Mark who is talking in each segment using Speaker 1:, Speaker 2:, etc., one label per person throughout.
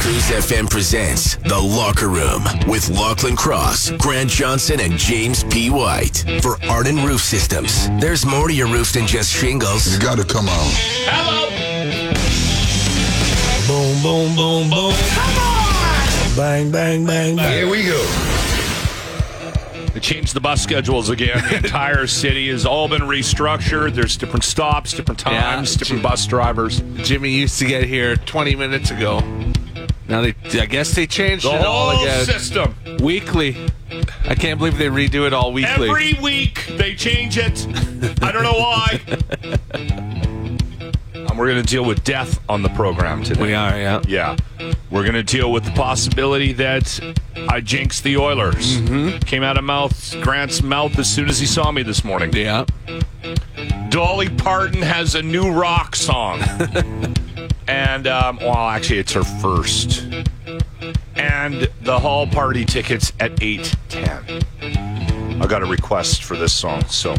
Speaker 1: Cruise FM presents The Locker Room with Lachlan Cross, Grant Johnson, and James P. White. For Arden Roof Systems, there's more to your roof than just shingles.
Speaker 2: You gotta come on.
Speaker 3: Boom, boom, boom, boom. Come on! Bang, bang, bang, bang.
Speaker 2: Here we go.
Speaker 4: They changed the bus schedules again. The entire city has all been restructured. There's different stops, different
Speaker 5: Yeah,
Speaker 4: times, different
Speaker 5: gee.
Speaker 4: bus drivers.
Speaker 5: Jimmy used to get here 20 minutes ago. Now they, I guess they changed
Speaker 4: The
Speaker 5: it all
Speaker 4: whole
Speaker 5: again.
Speaker 4: system.
Speaker 5: Weekly. I can't believe they redo it all weekly.
Speaker 4: Every week they change it. I don't know why. and we're going to deal with death on the program today.
Speaker 5: we are, yeah.
Speaker 4: Yeah. We're going to deal with the possibility that I jinxed the Oilers.
Speaker 5: Mm-hmm.
Speaker 4: Came out of mouth Grant's mouth as soon as he saw me this morning.
Speaker 5: Yeah.
Speaker 4: Dolly Parton has a new rock song. and, um, well, actually, it's her first. And the hall party tickets at 8.10. I got a request for this song, so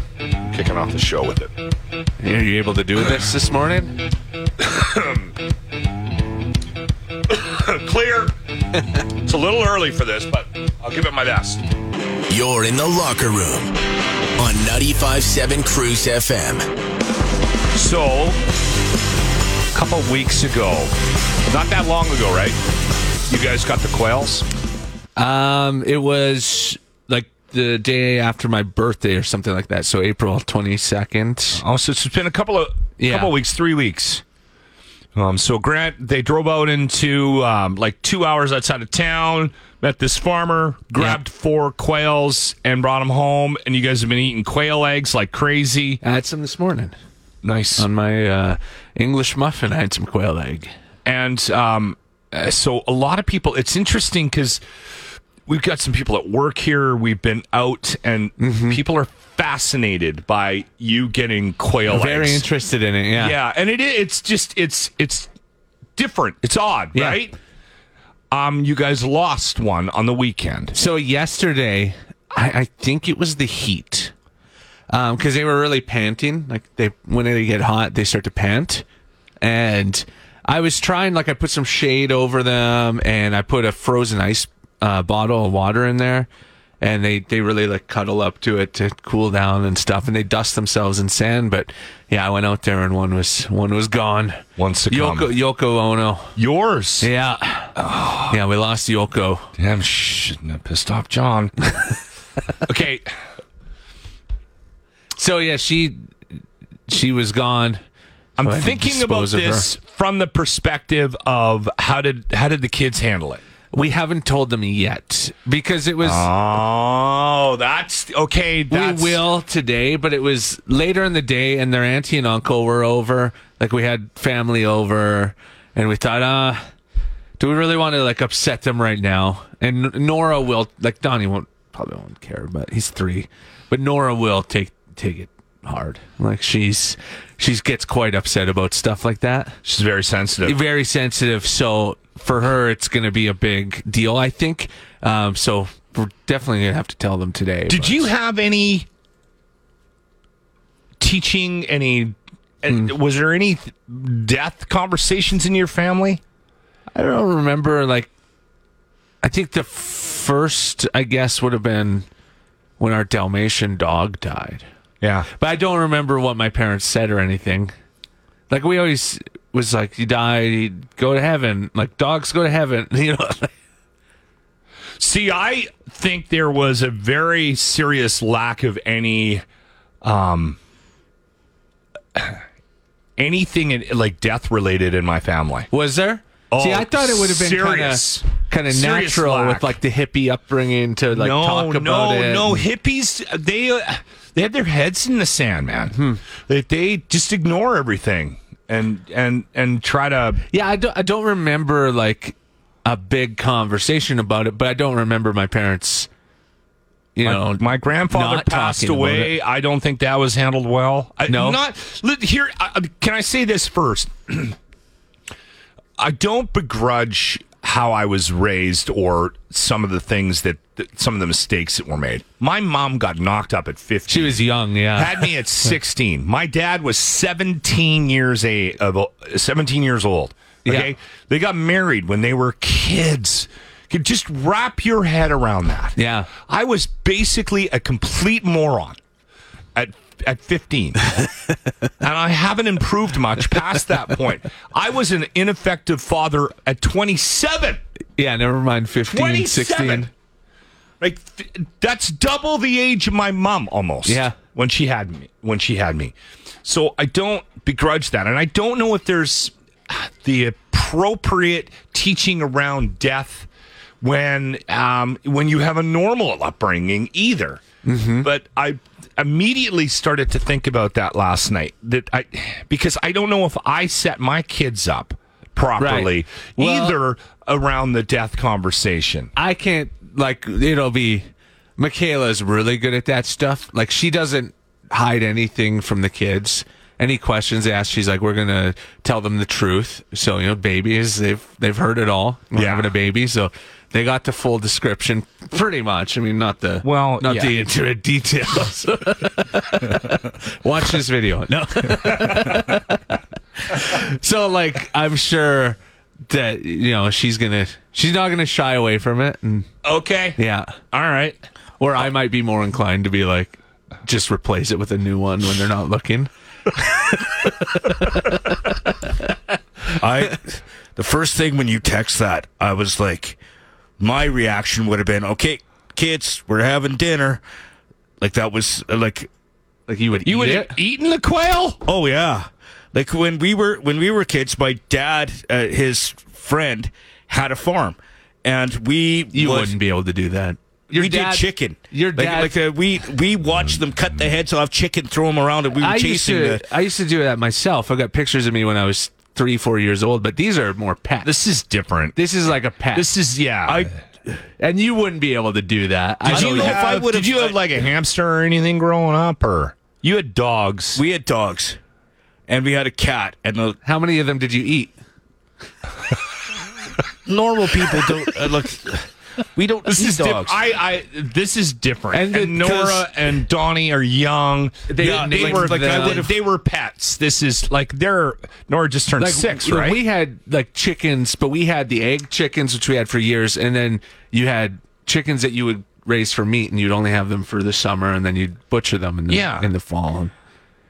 Speaker 4: kicking off the show with it.
Speaker 5: Are you able to do this this morning?
Speaker 4: Uh, Clear. it's a little early for this, but I'll give it my best.
Speaker 1: You're in The Locker Room on 95.7 Cruise FM.
Speaker 4: So, a couple weeks ago, not that long ago, right? You guys got the quails?
Speaker 5: Um, it was like the day after my birthday or something like that. So April 22nd.
Speaker 4: Oh, so it's been a couple of
Speaker 5: Yeah.
Speaker 4: couple of weeks, three weeks. Um, so Grant, they drove out into um, like two hours outside of town, met this farmer, grabbed four quails and brought them home. And you guys have been eating quail eggs like crazy. Um,
Speaker 5: I had some this morning
Speaker 4: Nice.
Speaker 5: on my uh, English muffin. I had some quail egg.
Speaker 4: and um, uh, so a lot of people. It's interesting because we've got some people at work here. We've been out, and
Speaker 5: Mm-hmm.
Speaker 4: people are fascinated by you getting quail
Speaker 5: Very
Speaker 4: eggs.
Speaker 5: interested in it. Yeah.
Speaker 4: Yeah, and it i- it's just it's it's different. It's odd,
Speaker 5: Yeah.
Speaker 4: right? Um, you guys lost one on the weekend.
Speaker 5: So yesterday, I, I think it was the heat, because they were really panting. Like they, when they get hot, they start to pant, and I was trying. Like I put some shade over them, and I put a frozen ice uh, bottle of water in there, and they they really like cuddle up to it to cool down and stuff, and they dust themselves in sand. But yeah, I went out there, and one was one was gone.
Speaker 4: One succumbed.
Speaker 5: Yoko Yoko Ono.
Speaker 4: Yours?
Speaker 5: Yeah, yeah, we lost Yoko.
Speaker 4: Damn, shouldn't have pissed off John. okay,
Speaker 5: So yeah, she she was gone.
Speaker 4: I'm
Speaker 5: So I had to
Speaker 4: thinking about
Speaker 5: dispose of her.
Speaker 4: this from the perspective of how did how did the kids handle it?
Speaker 5: We haven't told them yet because it was
Speaker 4: Oh, that's okay. Ah. That's,
Speaker 5: we will today, but it was later in the day, and their auntie and uncle were over. Like we had family over, and we thought, uh, do we really want to like upset them right now? And N- Nora will like Donnie won't probably won't care, but he's three. But Nora will take take it hard. Like she's she's gets quite upset about stuff like that.
Speaker 4: She's very sensitive.
Speaker 5: very sensitive. So for her, it's going to be a big deal, I think. Um, so we're definitely going to have to tell them today.
Speaker 4: Did
Speaker 5: but-
Speaker 4: you have any teaching? Any? And Was there any th- death conversations in your family?
Speaker 5: I don't remember. Like, I think the first, I guess, would have been when our Dalmatian dog died.
Speaker 4: Yeah.
Speaker 5: But I don't remember what my parents said or anything. Like we always was like, you die, you go to heaven. Like dogs go to heaven. You know.
Speaker 4: See, I think there was a very serious lack of any, um, anything in, like death related in my family.
Speaker 5: Was there?
Speaker 4: Oh,
Speaker 5: See, I thought it would have been kind
Speaker 4: serious.
Speaker 5: of kind of
Speaker 4: Serious
Speaker 5: natural
Speaker 4: lack.
Speaker 5: with like the hippie upbringing to like talk about
Speaker 4: no,
Speaker 5: it.
Speaker 4: No, hippies they uh, they had their heads in the sand, man. They they just ignore everything and and and try to
Speaker 5: Yeah, I don't, I don't remember like a big conversation about it, but I don't remember my parents. You
Speaker 4: my,
Speaker 5: know,
Speaker 4: my grandfather
Speaker 5: not
Speaker 4: passed
Speaker 5: talking about
Speaker 4: away. I don't think that was handled well. I,
Speaker 5: No?
Speaker 4: not li- here. I, I- can I say this first? I don't begrudge how I was raised or some of the things that, that some of the mistakes that were made. My mom got knocked up at fifteen.
Speaker 5: she was young. Yeah,
Speaker 4: had me at 16. My dad was 17 years a of 17 years old Okay,
Speaker 5: Yeah.
Speaker 4: they got married when they were kids. Okay, just wrap your head around that.
Speaker 5: Yeah.
Speaker 4: I was basically a complete moron at at 15. and I haven't improved much past that point. I was an ineffective father at 27.
Speaker 5: Yeah, never mind 15,
Speaker 4: 27.
Speaker 5: 16.
Speaker 4: Like th- that's double the age of my mom almost.
Speaker 5: Yeah.
Speaker 4: When she had me, when she had me. So I don't begrudge that and I don't know if there's the appropriate teaching around death when um, when you have a normal upbringing either. But I immediately started to think about that last night that I because I don't know if I set my kids up properly
Speaker 5: Well-
Speaker 4: either around the death conversation.
Speaker 5: I can't like it'll be Michaela's really good at that stuff. Like she doesn't hide anything from the kids. Any questions asked, she's like, "We're gonna tell them the truth." So you know, babies they've they've heard it all. We're
Speaker 4: Yeah.
Speaker 5: having a baby, so they got the full description pretty much. I mean, not the
Speaker 4: Well,
Speaker 5: not
Speaker 4: yeah.
Speaker 5: the intimate details. Watch this video. No. so like, I'm sure that you know she's gonna she's not gonna shy away from it and
Speaker 4: Okay.
Speaker 5: yeah.
Speaker 4: All right.
Speaker 5: Or I might be more inclined to be like, just replace it with a new one when they're not looking.
Speaker 6: I the first thing when you text that, I was like my reaction would have been, "Okay, kids, we're having dinner." Like that was uh, like,
Speaker 5: Like you would
Speaker 4: You
Speaker 5: eat
Speaker 4: would
Speaker 5: it.
Speaker 4: have eaten the quail?
Speaker 6: "Oh yeah." Like when we were when we were kids, my dad, uh, his friend had a farm. And we
Speaker 5: You
Speaker 6: would-
Speaker 5: wouldn't be able to do that.
Speaker 6: we
Speaker 5: dad-
Speaker 6: did chicken.
Speaker 5: your
Speaker 6: Like-
Speaker 5: dad-
Speaker 6: like, uh, we we watched them cut the heads off chicken, throw them around, and we were
Speaker 5: I used
Speaker 6: chasing
Speaker 5: to.
Speaker 6: the
Speaker 5: I used to do that myself. I got pictures of me when I was three, four years old. But these are more pet. This,
Speaker 4: This is different.
Speaker 5: is like a pet.
Speaker 4: This is yeah. I,
Speaker 5: and you wouldn't be able to do that. I
Speaker 6: you
Speaker 5: know
Speaker 6: know
Speaker 5: you-
Speaker 6: if I would've-
Speaker 4: did you have like a hamster or anything growing up, or you had dogs?
Speaker 6: We had dogs, and we had a cat, and the
Speaker 5: How many of them did you eat?
Speaker 6: normal people don't uh, look. We don't
Speaker 4: this
Speaker 6: eat
Speaker 4: is
Speaker 6: dogs.
Speaker 4: different. I, I this is different.
Speaker 5: And
Speaker 4: And,
Speaker 5: the-
Speaker 4: Nora
Speaker 5: 'cause-
Speaker 4: and Donnie are young. They,
Speaker 5: Yeah,
Speaker 4: they
Speaker 5: like
Speaker 4: were
Speaker 5: the-
Speaker 4: I would've- they were pets. This is like they're Nora just turned six,
Speaker 5: w-
Speaker 4: right?
Speaker 5: We had like chickens, but we had the egg chickens, which we had for years, and then you had chickens that you would raise for meat, and you'd only have them for the summer, and then you'd butcher them in the,
Speaker 4: Yeah.
Speaker 5: in the fall.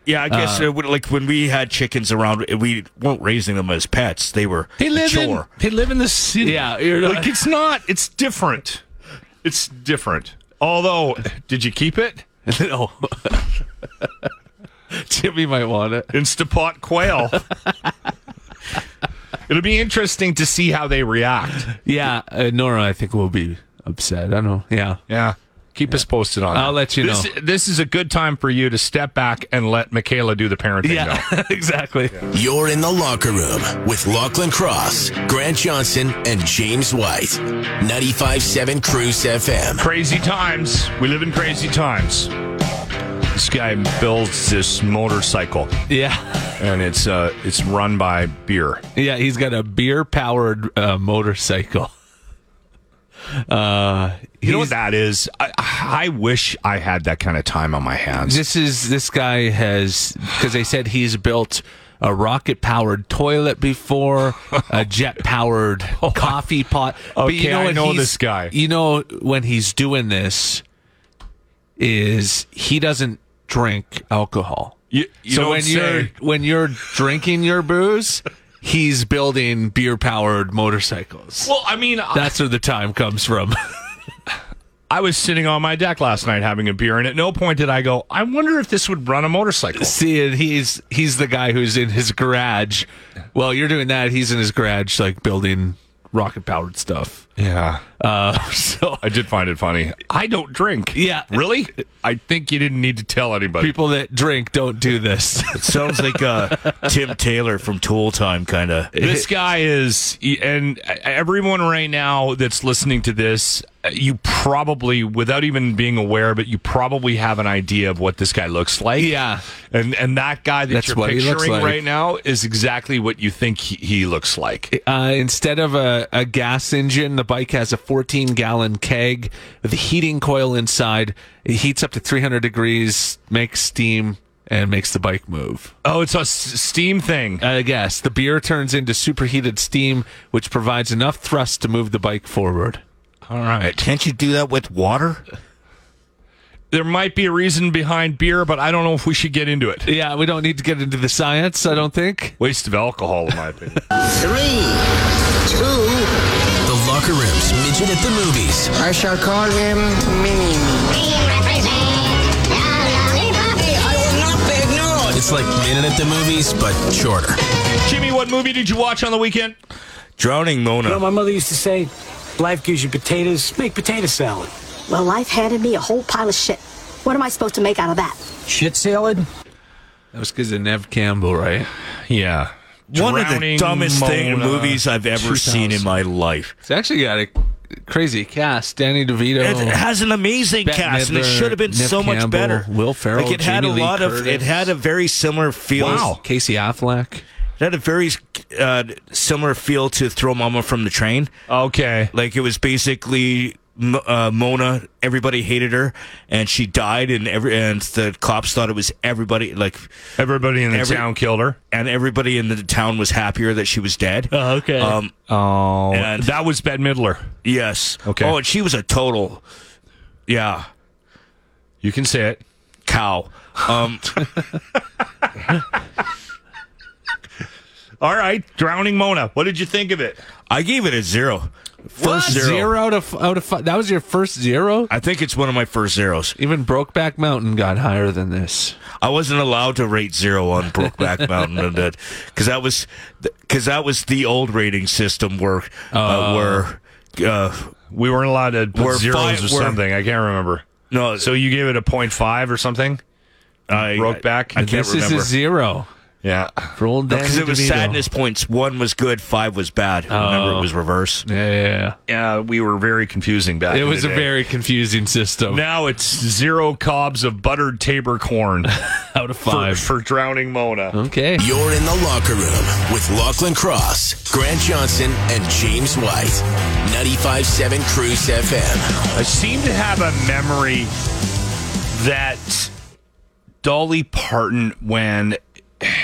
Speaker 6: yeah, I guess uh, when- like when we had chickens around, uh, we weren't raising them as pets. They were
Speaker 4: they live
Speaker 6: a
Speaker 4: in
Speaker 6: chore.
Speaker 4: they live in the city.
Speaker 5: Yeah, you're not-
Speaker 4: like it's not. It's different. It's different. Although, did you keep it?
Speaker 5: no, Jimmy might want it.
Speaker 4: Instapot quail. It'll be interesting to see how they react.
Speaker 5: Yeah, uh, Nora, I think will be upset. I don't know. Yeah,
Speaker 4: Yeah. Keep us posted on
Speaker 5: I'll
Speaker 4: that.
Speaker 5: let you
Speaker 4: this,
Speaker 5: know.
Speaker 4: This is a good time for you to step back and let Michaela do the parenting. Yeah.
Speaker 5: exactly.
Speaker 1: You're in the locker room with Lachlan Cross, Grant Johnson, and James White. 95.7 Cruise FM.
Speaker 4: Crazy times. We live in crazy times. This guy builds this motorcycle,
Speaker 5: Yeah,
Speaker 4: and it's uh, it's run by beer.
Speaker 5: yeah. He's got a beer-powered uh, motorcycle. Uh,
Speaker 4: You know what
Speaker 5: he's-
Speaker 4: that is? I, I wish I had that kind of time on my hands.
Speaker 5: This is this guy has because they said he's built a rocket powered toilet before, a jet powered coffee pot. but
Speaker 4: Oh Okay,
Speaker 5: you know
Speaker 4: I
Speaker 5: what
Speaker 4: know
Speaker 5: he's-
Speaker 4: this guy.
Speaker 5: You know when he's doing this is he doesn't drink alcohol.
Speaker 4: You- you
Speaker 5: so
Speaker 4: don't
Speaker 5: when you're
Speaker 4: say.
Speaker 5: when you're drinking your booze, he's building beer powered motorcycles.
Speaker 4: well, I mean, I-
Speaker 5: That's where the time comes from.
Speaker 4: I was sitting on my deck last night having a beer, and at no point did I go, I wonder if this would run a motorcycle.
Speaker 5: See, and he's he's the guy who's in his garage. Well, you're doing that. He's in his garage, like building rocket powered stuff.
Speaker 4: Yeah.
Speaker 5: Uh, so
Speaker 4: I did find it funny. I don't drink.
Speaker 5: Yeah.
Speaker 4: Really? I think you didn't need to tell anybody.
Speaker 5: people that drink don't do this.
Speaker 6: It sounds like uh, Tim Taylor from Tool Time, kind of.
Speaker 4: this guy is, and everyone right now that's listening to this, you probably, without even being aware, but you probably have an idea of what this guy looks like.
Speaker 5: Yeah.
Speaker 4: And and that guy that
Speaker 5: That's
Speaker 4: you're
Speaker 5: what he looks
Speaker 4: picturing
Speaker 5: like.
Speaker 4: right now is exactly what you think he, he looks like.
Speaker 5: Uh, instead of a, a gas engine, the bike has a 14 gallon keg with a heating coil inside. It heats up to 300 degrees, makes steam, and makes the bike move.
Speaker 4: Oh, it's a s- steam thing.
Speaker 5: I guess the beer turns into superheated steam, which provides enough thrust to move the bike forward.
Speaker 4: All right.
Speaker 6: Can't you do that with water?
Speaker 4: There might be a reason behind beer, but I don't know if we should get into it.
Speaker 5: Yeah, we don't need to get into the science, I don't think.
Speaker 4: Waste of alcohol, in my opinion.
Speaker 7: Three, two,
Speaker 1: The Locker Room's Midget at the Movies
Speaker 7: I shall call him Mini Me.
Speaker 1: It's like Minute at the Movies, but shorter.
Speaker 4: Jimmy, what movie did you watch on the weekend?
Speaker 6: Drowning
Speaker 8: You know,
Speaker 6: Mona.
Speaker 8: my mother used to say, life gives you potatoes, make potato salad.
Speaker 9: Well, life handed me a whole pile of shit. What am I supposed to make out of that?
Speaker 10: Shit salad?
Speaker 5: That was because of Nev Campbell, right?
Speaker 4: Yeah.
Speaker 6: One of the dumbest thing movies I've ever seen in my life.
Speaker 5: It's actually got a crazy cast. Danny DeVito.
Speaker 6: It has an amazing
Speaker 5: Oh. Bette
Speaker 6: cast, and it
Speaker 5: Midler,
Speaker 6: should have been
Speaker 5: Neve
Speaker 6: so much
Speaker 5: Campbell,
Speaker 6: better.
Speaker 5: Will Ferrell,
Speaker 6: Like it had
Speaker 5: Jamie
Speaker 6: a
Speaker 5: Lee
Speaker 6: lot of. It
Speaker 5: Curtis.
Speaker 6: had a very similar feel.
Speaker 5: Casey Affleck.
Speaker 6: It had a very uh, similar feel to Throw Mama from the Train.
Speaker 4: Okay.
Speaker 6: Like it was basically M- uh, Mona. Everybody hated her, and she died, and every and the cops thought it was everybody. Like
Speaker 4: Everybody in the
Speaker 6: Every-
Speaker 4: town killed her.
Speaker 6: and everybody in the town was happier that she was dead.
Speaker 4: okay.
Speaker 6: Um,
Speaker 4: oh,
Speaker 6: and-
Speaker 4: that was Bette Midler.
Speaker 6: yes.
Speaker 4: Okay.
Speaker 6: Oh, and she was a total, yeah,
Speaker 4: You can say it.
Speaker 6: cow. Um,
Speaker 4: All right, Drowning Mona. What did you think of it?
Speaker 6: I gave it a zero. First zero.
Speaker 5: Zero out of, out of five. That was your first zero?
Speaker 6: I think it's one of my first zeros.
Speaker 5: Even Brokeback Mountain got higher than this.
Speaker 6: I wasn't allowed to rate zero on Brokeback Mountain and that because that was because that was the old rating system where uh, where uh,
Speaker 4: We weren't allowed to put
Speaker 6: We're
Speaker 4: zeros
Speaker 6: five-
Speaker 4: or
Speaker 6: we're-
Speaker 4: something. I can't remember.
Speaker 6: no
Speaker 4: So you gave it a point five or something?
Speaker 6: I
Speaker 4: broke back?
Speaker 6: I can't
Speaker 5: this
Speaker 6: remember
Speaker 5: is a zero
Speaker 4: Yeah.
Speaker 5: for old Danny
Speaker 6: because it was
Speaker 5: DeVito.
Speaker 6: sadness points. One was good, five was bad. Remember, it was reverse.
Speaker 5: Yeah, yeah,
Speaker 4: Yeah, uh, we were very confusing back.
Speaker 5: yeah. It
Speaker 4: in
Speaker 5: was
Speaker 4: the
Speaker 5: a
Speaker 4: day.
Speaker 5: very confusing system.
Speaker 4: Now it's zero cobs of buttered tabor corn
Speaker 5: out of
Speaker 4: for,
Speaker 5: five.
Speaker 4: for drowning Mona.
Speaker 5: okay.
Speaker 1: You're in the Locker Room with Lachlan Cross, Grant Johnson, and James White. 95.7 Cruise FM.
Speaker 4: I seem to have a memory that Dolly Parton, when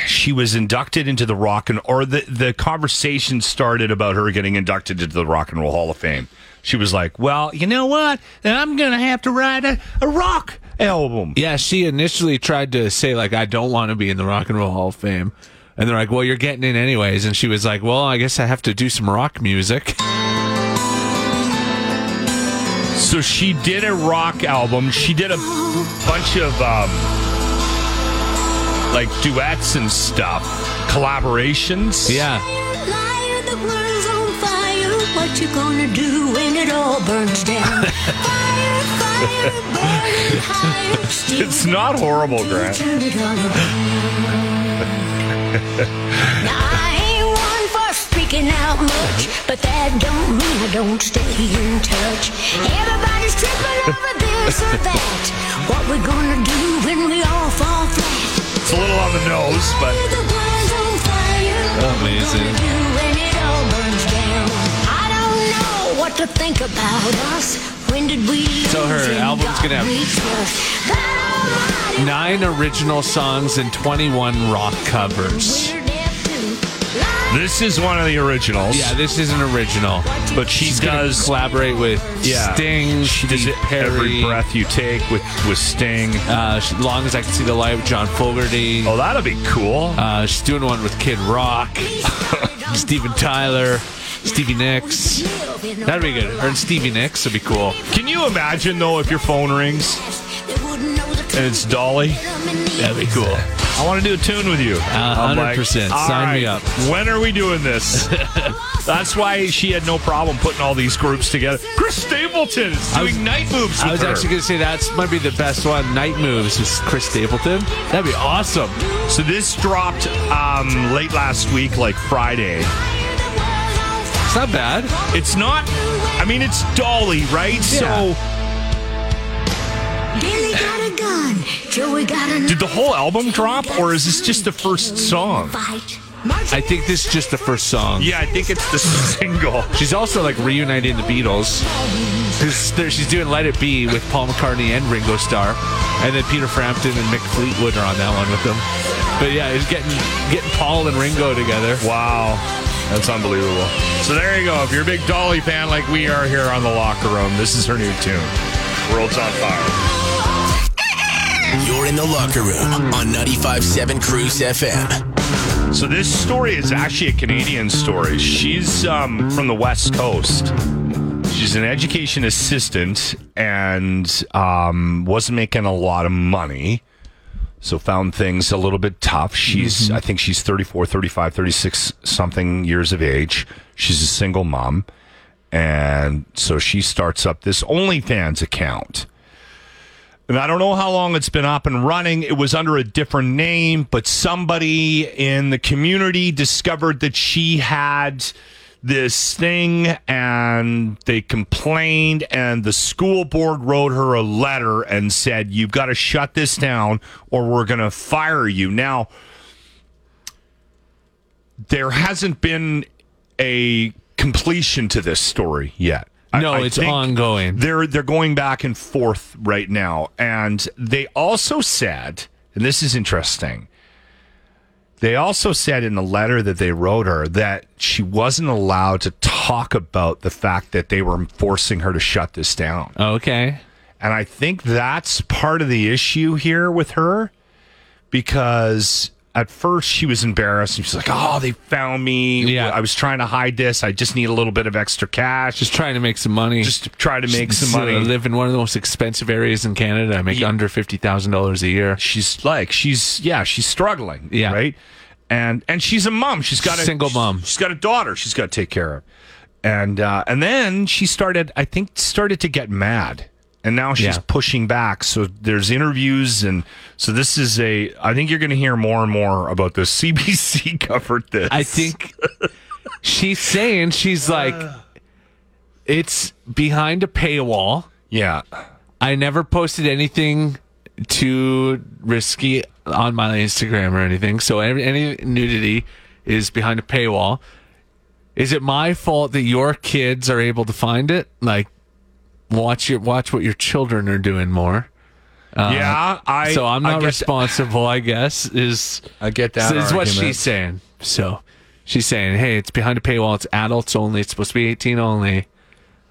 Speaker 4: she was inducted into the Rock and or the the conversation started about her getting inducted into the Rock and Roll Hall of Fame. She was like, "Well, you know what? Then I'm gonna have to write a, a rock album."
Speaker 5: Yeah, she initially tried to say like, I don't want to be in the Rock and Roll Hall of Fame. And they're like, well, you're getting in anyways. And she was like, well, I guess I have to do some rock music.
Speaker 4: So she did a rock album. She did a bunch of um, like duets and stuff, collaborations.
Speaker 5: Yeah.
Speaker 11: Liar, the world's on fire. What you gonna do when it all burns down? fire, fire, burning higher. Still
Speaker 4: It's not horrible, Grant.
Speaker 11: Turn it all around. now, I ain't one for speaking out much, but that don't mean I don't stay in touch. Everybody's tripping over this or that. What we gonna do when we all fall flat?
Speaker 4: It's a little on the nose, but
Speaker 5: Amazing.
Speaker 11: What to think about us? When did we?
Speaker 5: So her
Speaker 11: lose and
Speaker 5: album's
Speaker 11: God
Speaker 5: gonna have
Speaker 11: reach us? God Almighty,
Speaker 5: Nine original songs and 21 rock covers.
Speaker 11: we're deaf to lies.
Speaker 4: this is one of the originals.
Speaker 5: Yeah, this is an original.
Speaker 4: but she
Speaker 5: gonna
Speaker 4: does
Speaker 5: collaborate with
Speaker 4: yeah,
Speaker 5: Sting,
Speaker 4: She does
Speaker 5: Steve
Speaker 4: it
Speaker 5: Perry,
Speaker 4: every breath you take with with Sting.
Speaker 5: Uh, she- Long as I can see the light with John Fogerty.
Speaker 4: Oh, that'll be cool.
Speaker 5: Uh, she's doing one with Kid Rock, Steven Tyler, Stevie Nicks. That'd be good. Her and Stevie Nicks would be cool.
Speaker 4: Can you imagine though if your phone rings and it's Dolly?
Speaker 5: That'd be cool.
Speaker 4: I want to do a tune with you. I'm like,
Speaker 5: 100%.
Speaker 4: "All
Speaker 5: Uh, Sign me up."
Speaker 4: When are we doing this? That's why she had no problem putting all these groups together. Chris Stapleton is
Speaker 5: I
Speaker 4: doing
Speaker 5: was-
Speaker 4: night moves. With
Speaker 5: I was
Speaker 4: her.
Speaker 5: actually going to say that's might be the best one. Night Moves with Chris Stapleton. That'd be awesome.
Speaker 4: So this dropped um, late last week, like Friday.
Speaker 5: It's not bad.
Speaker 4: It's not. I mean, it's Dolly, right? So
Speaker 11: Billy got a gun. Joey got a
Speaker 4: Did the whole album drop, or is this just the first song?
Speaker 11: Fight.
Speaker 5: I think this is just the first song.
Speaker 4: Yeah, I think it's the single.
Speaker 5: She's also like reuniting the Beatles. 'Cause there- She's doing Let It Be with Paul McCartney and Ringo Starr, and then Peter Frampton and Mick Fleetwood are on that one with them. But yeah, it's getting getting Paul and Ringo together.
Speaker 4: Wow. That's unbelievable. So there you go. If you're a big Dolly fan like we are here on the locker room, this is her new tune. World's on fire.
Speaker 1: You're in the locker room on 95.7 Cruise FM.
Speaker 4: So this story is actually a Canadian story. She's um, from the West Coast. She's an education assistant and um, wasn't making a lot of money. So found things a little bit tough. She's I think she's 34, 35, 36 something years of age. She's a single mom. And so she starts up this OnlyFans account. And I don't know how long it's been up and running. It was under a different name, but somebody in the community discovered that she had this thing and they complained and the school board wrote her a letter and said you've got to shut this down or we're going to fire you. Now there hasn't been a completion to this story yet. I-
Speaker 5: No,
Speaker 4: I
Speaker 5: it's
Speaker 4: think-
Speaker 5: ongoing.
Speaker 4: they're they're going back and forth right now, and they also said, and this is interesting. They also said in the letter that they wrote her that she wasn't allowed to talk about the fact that they were forcing her to shut this down.
Speaker 5: Okay.
Speaker 4: And I think that's part of the issue here with her because at first she was embarrassed. She was like, oh, they found me.
Speaker 5: Yeah.
Speaker 4: I was trying to hide this. I just need a little bit of extra cash.
Speaker 5: Just
Speaker 4: Just,
Speaker 5: trying to make some money.
Speaker 4: just to try to make some
Speaker 5: So I
Speaker 4: money.
Speaker 5: live in one of the most expensive areas in Canada. I make
Speaker 4: Yeah.
Speaker 5: under fifty thousand dollars a year.
Speaker 4: she's like she's yeah she's struggling
Speaker 5: Yeah.
Speaker 4: right and and she's a mom she's got a
Speaker 5: Single mom.
Speaker 4: she's got a daughter she's got to take care of and uh, and then she started I think started to get mad and now she's
Speaker 5: Yeah.
Speaker 4: pushing back so there's interviews and so this is a I think you're going to hear more and more about this CBC covered this
Speaker 5: I think she's saying she's like, it's behind a paywall.
Speaker 4: yeah
Speaker 5: uh, I never posted anything too risky on my Instagram or anything. So every, any nudity is behind a paywall. Is it my fault that your kids are able to find it? Like, watch your watch what your children are doing more.
Speaker 4: yeah I
Speaker 5: so I'm
Speaker 4: I
Speaker 5: not
Speaker 4: get-
Speaker 5: responsible, I guess. Is
Speaker 4: I get that
Speaker 5: so Is what
Speaker 4: argument.
Speaker 5: she's saying. So she's saying, hey, it's behind a paywall. It's adults only. It's supposed to be 18 only.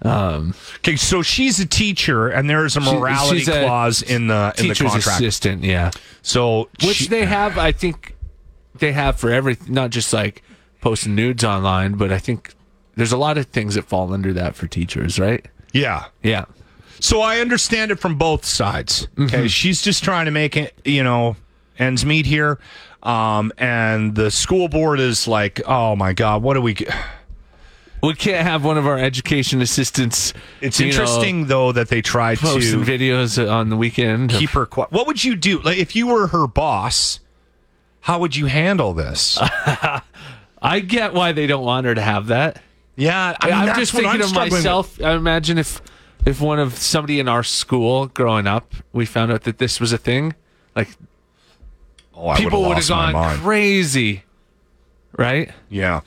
Speaker 4: okay so she's a teacher and there is a
Speaker 5: She-
Speaker 4: morality
Speaker 5: she's a
Speaker 4: clause in the in the
Speaker 5: Teacher's
Speaker 4: contract
Speaker 5: assistant, yeah.
Speaker 4: so
Speaker 5: Which
Speaker 4: she-
Speaker 5: they have, I think, they have for everything. Not just like posting nudes online, but I think there's a lot of things that fall under that for teachers, right?
Speaker 4: yeah
Speaker 5: Yeah.
Speaker 4: So I understand it from both sides. Okay,
Speaker 5: Mm-hmm.
Speaker 4: she's just trying to make it, you know, ends meet here, um, and the school board is like, "Oh my God, what do we?" g-"
Speaker 5: We can't have one of our education assistants.
Speaker 4: It's
Speaker 5: you know,
Speaker 4: interesting though that they tried
Speaker 5: posting
Speaker 4: to
Speaker 5: videos on the weekend.
Speaker 4: keep her quiet. What would you do, like, if you were her boss? How would you handle this?
Speaker 5: I get why they don't want her to have that.
Speaker 4: yeah, I mean,
Speaker 5: I'm
Speaker 4: that's
Speaker 5: just
Speaker 4: what
Speaker 5: thinking of
Speaker 4: struggling with.
Speaker 5: myself. I imagine if if one of somebody in our school growing up, we found out that this was a thing, like
Speaker 4: Oh, I
Speaker 5: people would
Speaker 4: lost
Speaker 5: have
Speaker 4: my
Speaker 5: gone
Speaker 4: mind.
Speaker 5: crazy, right?
Speaker 4: yeah.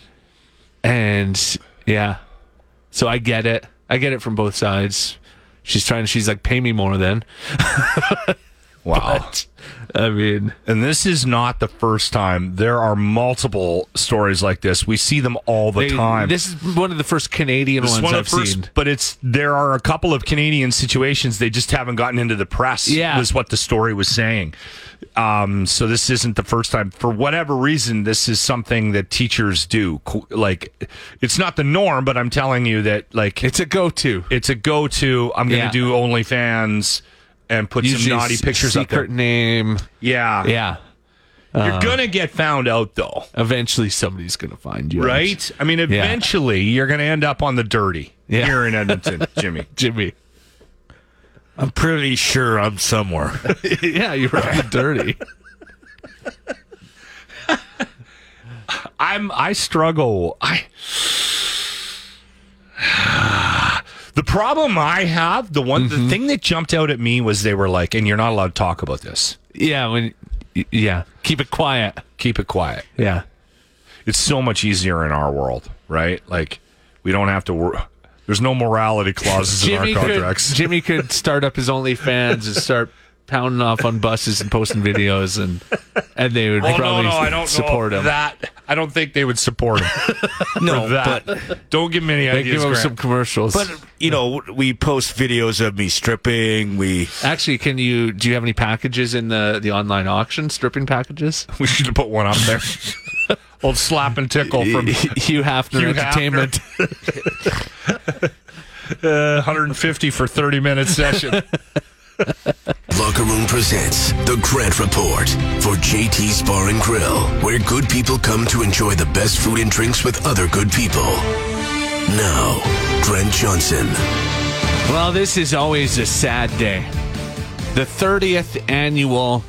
Speaker 5: And yeah, so I get it. I get it from both sides. She's trying. She's like, pay me more. Then
Speaker 4: Wow.
Speaker 5: I mean,
Speaker 4: and this is not the first time. There are multiple stories like this. We see them all the
Speaker 5: they-
Speaker 4: time.
Speaker 5: This is one of the first Canadian
Speaker 4: This is
Speaker 5: ones
Speaker 4: one of
Speaker 5: I've
Speaker 4: the first,
Speaker 5: seen.
Speaker 4: but it's there are a couple of Canadian situations they just haven't gotten into the press.
Speaker 5: Yeah.
Speaker 4: is what the story was saying. Um, so this isn't the first time. For whatever reason, this is something that teachers do. Co- Like, it's not the norm, but I'm telling you that like
Speaker 5: It's a go-to.
Speaker 4: it's a go-to. I'm going to
Speaker 5: Yeah.
Speaker 4: do OnlyFans and put some naughty
Speaker 5: s-
Speaker 4: pictures up
Speaker 5: secret
Speaker 4: there.
Speaker 5: name.
Speaker 4: Yeah,
Speaker 5: Yeah.
Speaker 4: you're gonna get found out though,
Speaker 5: Eventually, somebody's gonna find you,
Speaker 4: right? I mean, eventually you're gonna end up on the dirty
Speaker 5: Yeah.
Speaker 4: here in Edmonton, Jimmy.
Speaker 5: Jimmy?
Speaker 6: I'm pretty sure I'm somewhere.
Speaker 5: yeah, you're right. dirty.
Speaker 4: I'm I struggle. I The problem I have, the one
Speaker 5: Mm-hmm.
Speaker 4: the thing that jumped out at me was they were like, and you're not allowed to talk about this.
Speaker 5: Yeah, when y- yeah, keep it quiet.
Speaker 4: Keep it quiet.
Speaker 5: Yeah.
Speaker 12: it's so much easier in our world, right? Like we don't have to work. There's no morality clauses in our
Speaker 5: Jimmy could,
Speaker 12: contracts.
Speaker 5: Jimmy could start up his OnlyFans and start pounding off on buses and posting videos, and and they would
Speaker 12: Oh no,
Speaker 5: probably
Speaker 12: no, I don't
Speaker 5: support
Speaker 12: know
Speaker 5: him.
Speaker 12: That I don't think they would support him. no, that. don't give me any
Speaker 5: They
Speaker 12: ideas.
Speaker 5: give him
Speaker 12: Grant.
Speaker 5: some commercials.
Speaker 4: But you know, we post videos of me stripping. We
Speaker 5: Actually, can you do you have any packages in the the online auction stripping packages?
Speaker 12: we should have put one up there. Old slap and tickle from
Speaker 5: Hugh Hefner
Speaker 12: Hugh
Speaker 5: Entertainment.
Speaker 4: Uh,
Speaker 12: 150 for 30 minute session.
Speaker 1: Locker Room presents The Grant Report for JT's Bar and Grill, where good people come to enjoy the best food and drinks with other good people. Now, Grant Johnson.
Speaker 5: Well, this is always a sad day. The 30th annual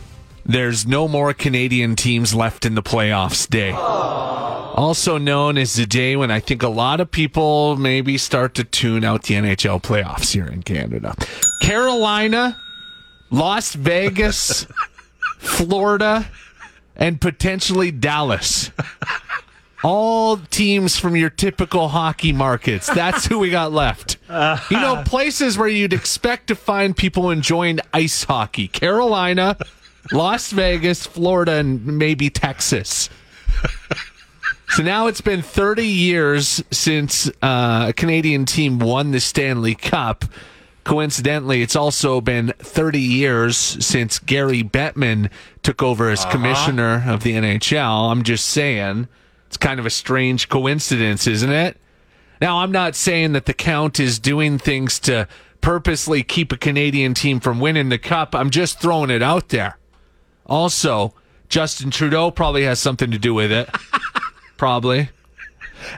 Speaker 5: There's No More Canadian Teams Left in the Playoffs Day. Also known as the day when I think a lot of people maybe start to tune out the NHL playoffs here in Canada. Carolina, Las Vegas, Florida, and potentially Dallas. All teams from your typical hockey markets. That's who we got left. You know, places where you'd expect to find people enjoying ice hockey Carolina, Las Vegas, Florida, and maybe Texas. So now it's been 30 years since uh, a Canadian team won the Stanley Cup. Coincidentally, it's also been 30 years since Gary Bettman took over as commissioner of the NHL. I'm just saying, it's kind of a strange coincidence, isn't it? Now, I'm not saying that the count is doing things to purposely keep a Canadian team from winning the cup. I'm just throwing it out there. Also, Justin Trudeau probably has something to do with it. probably.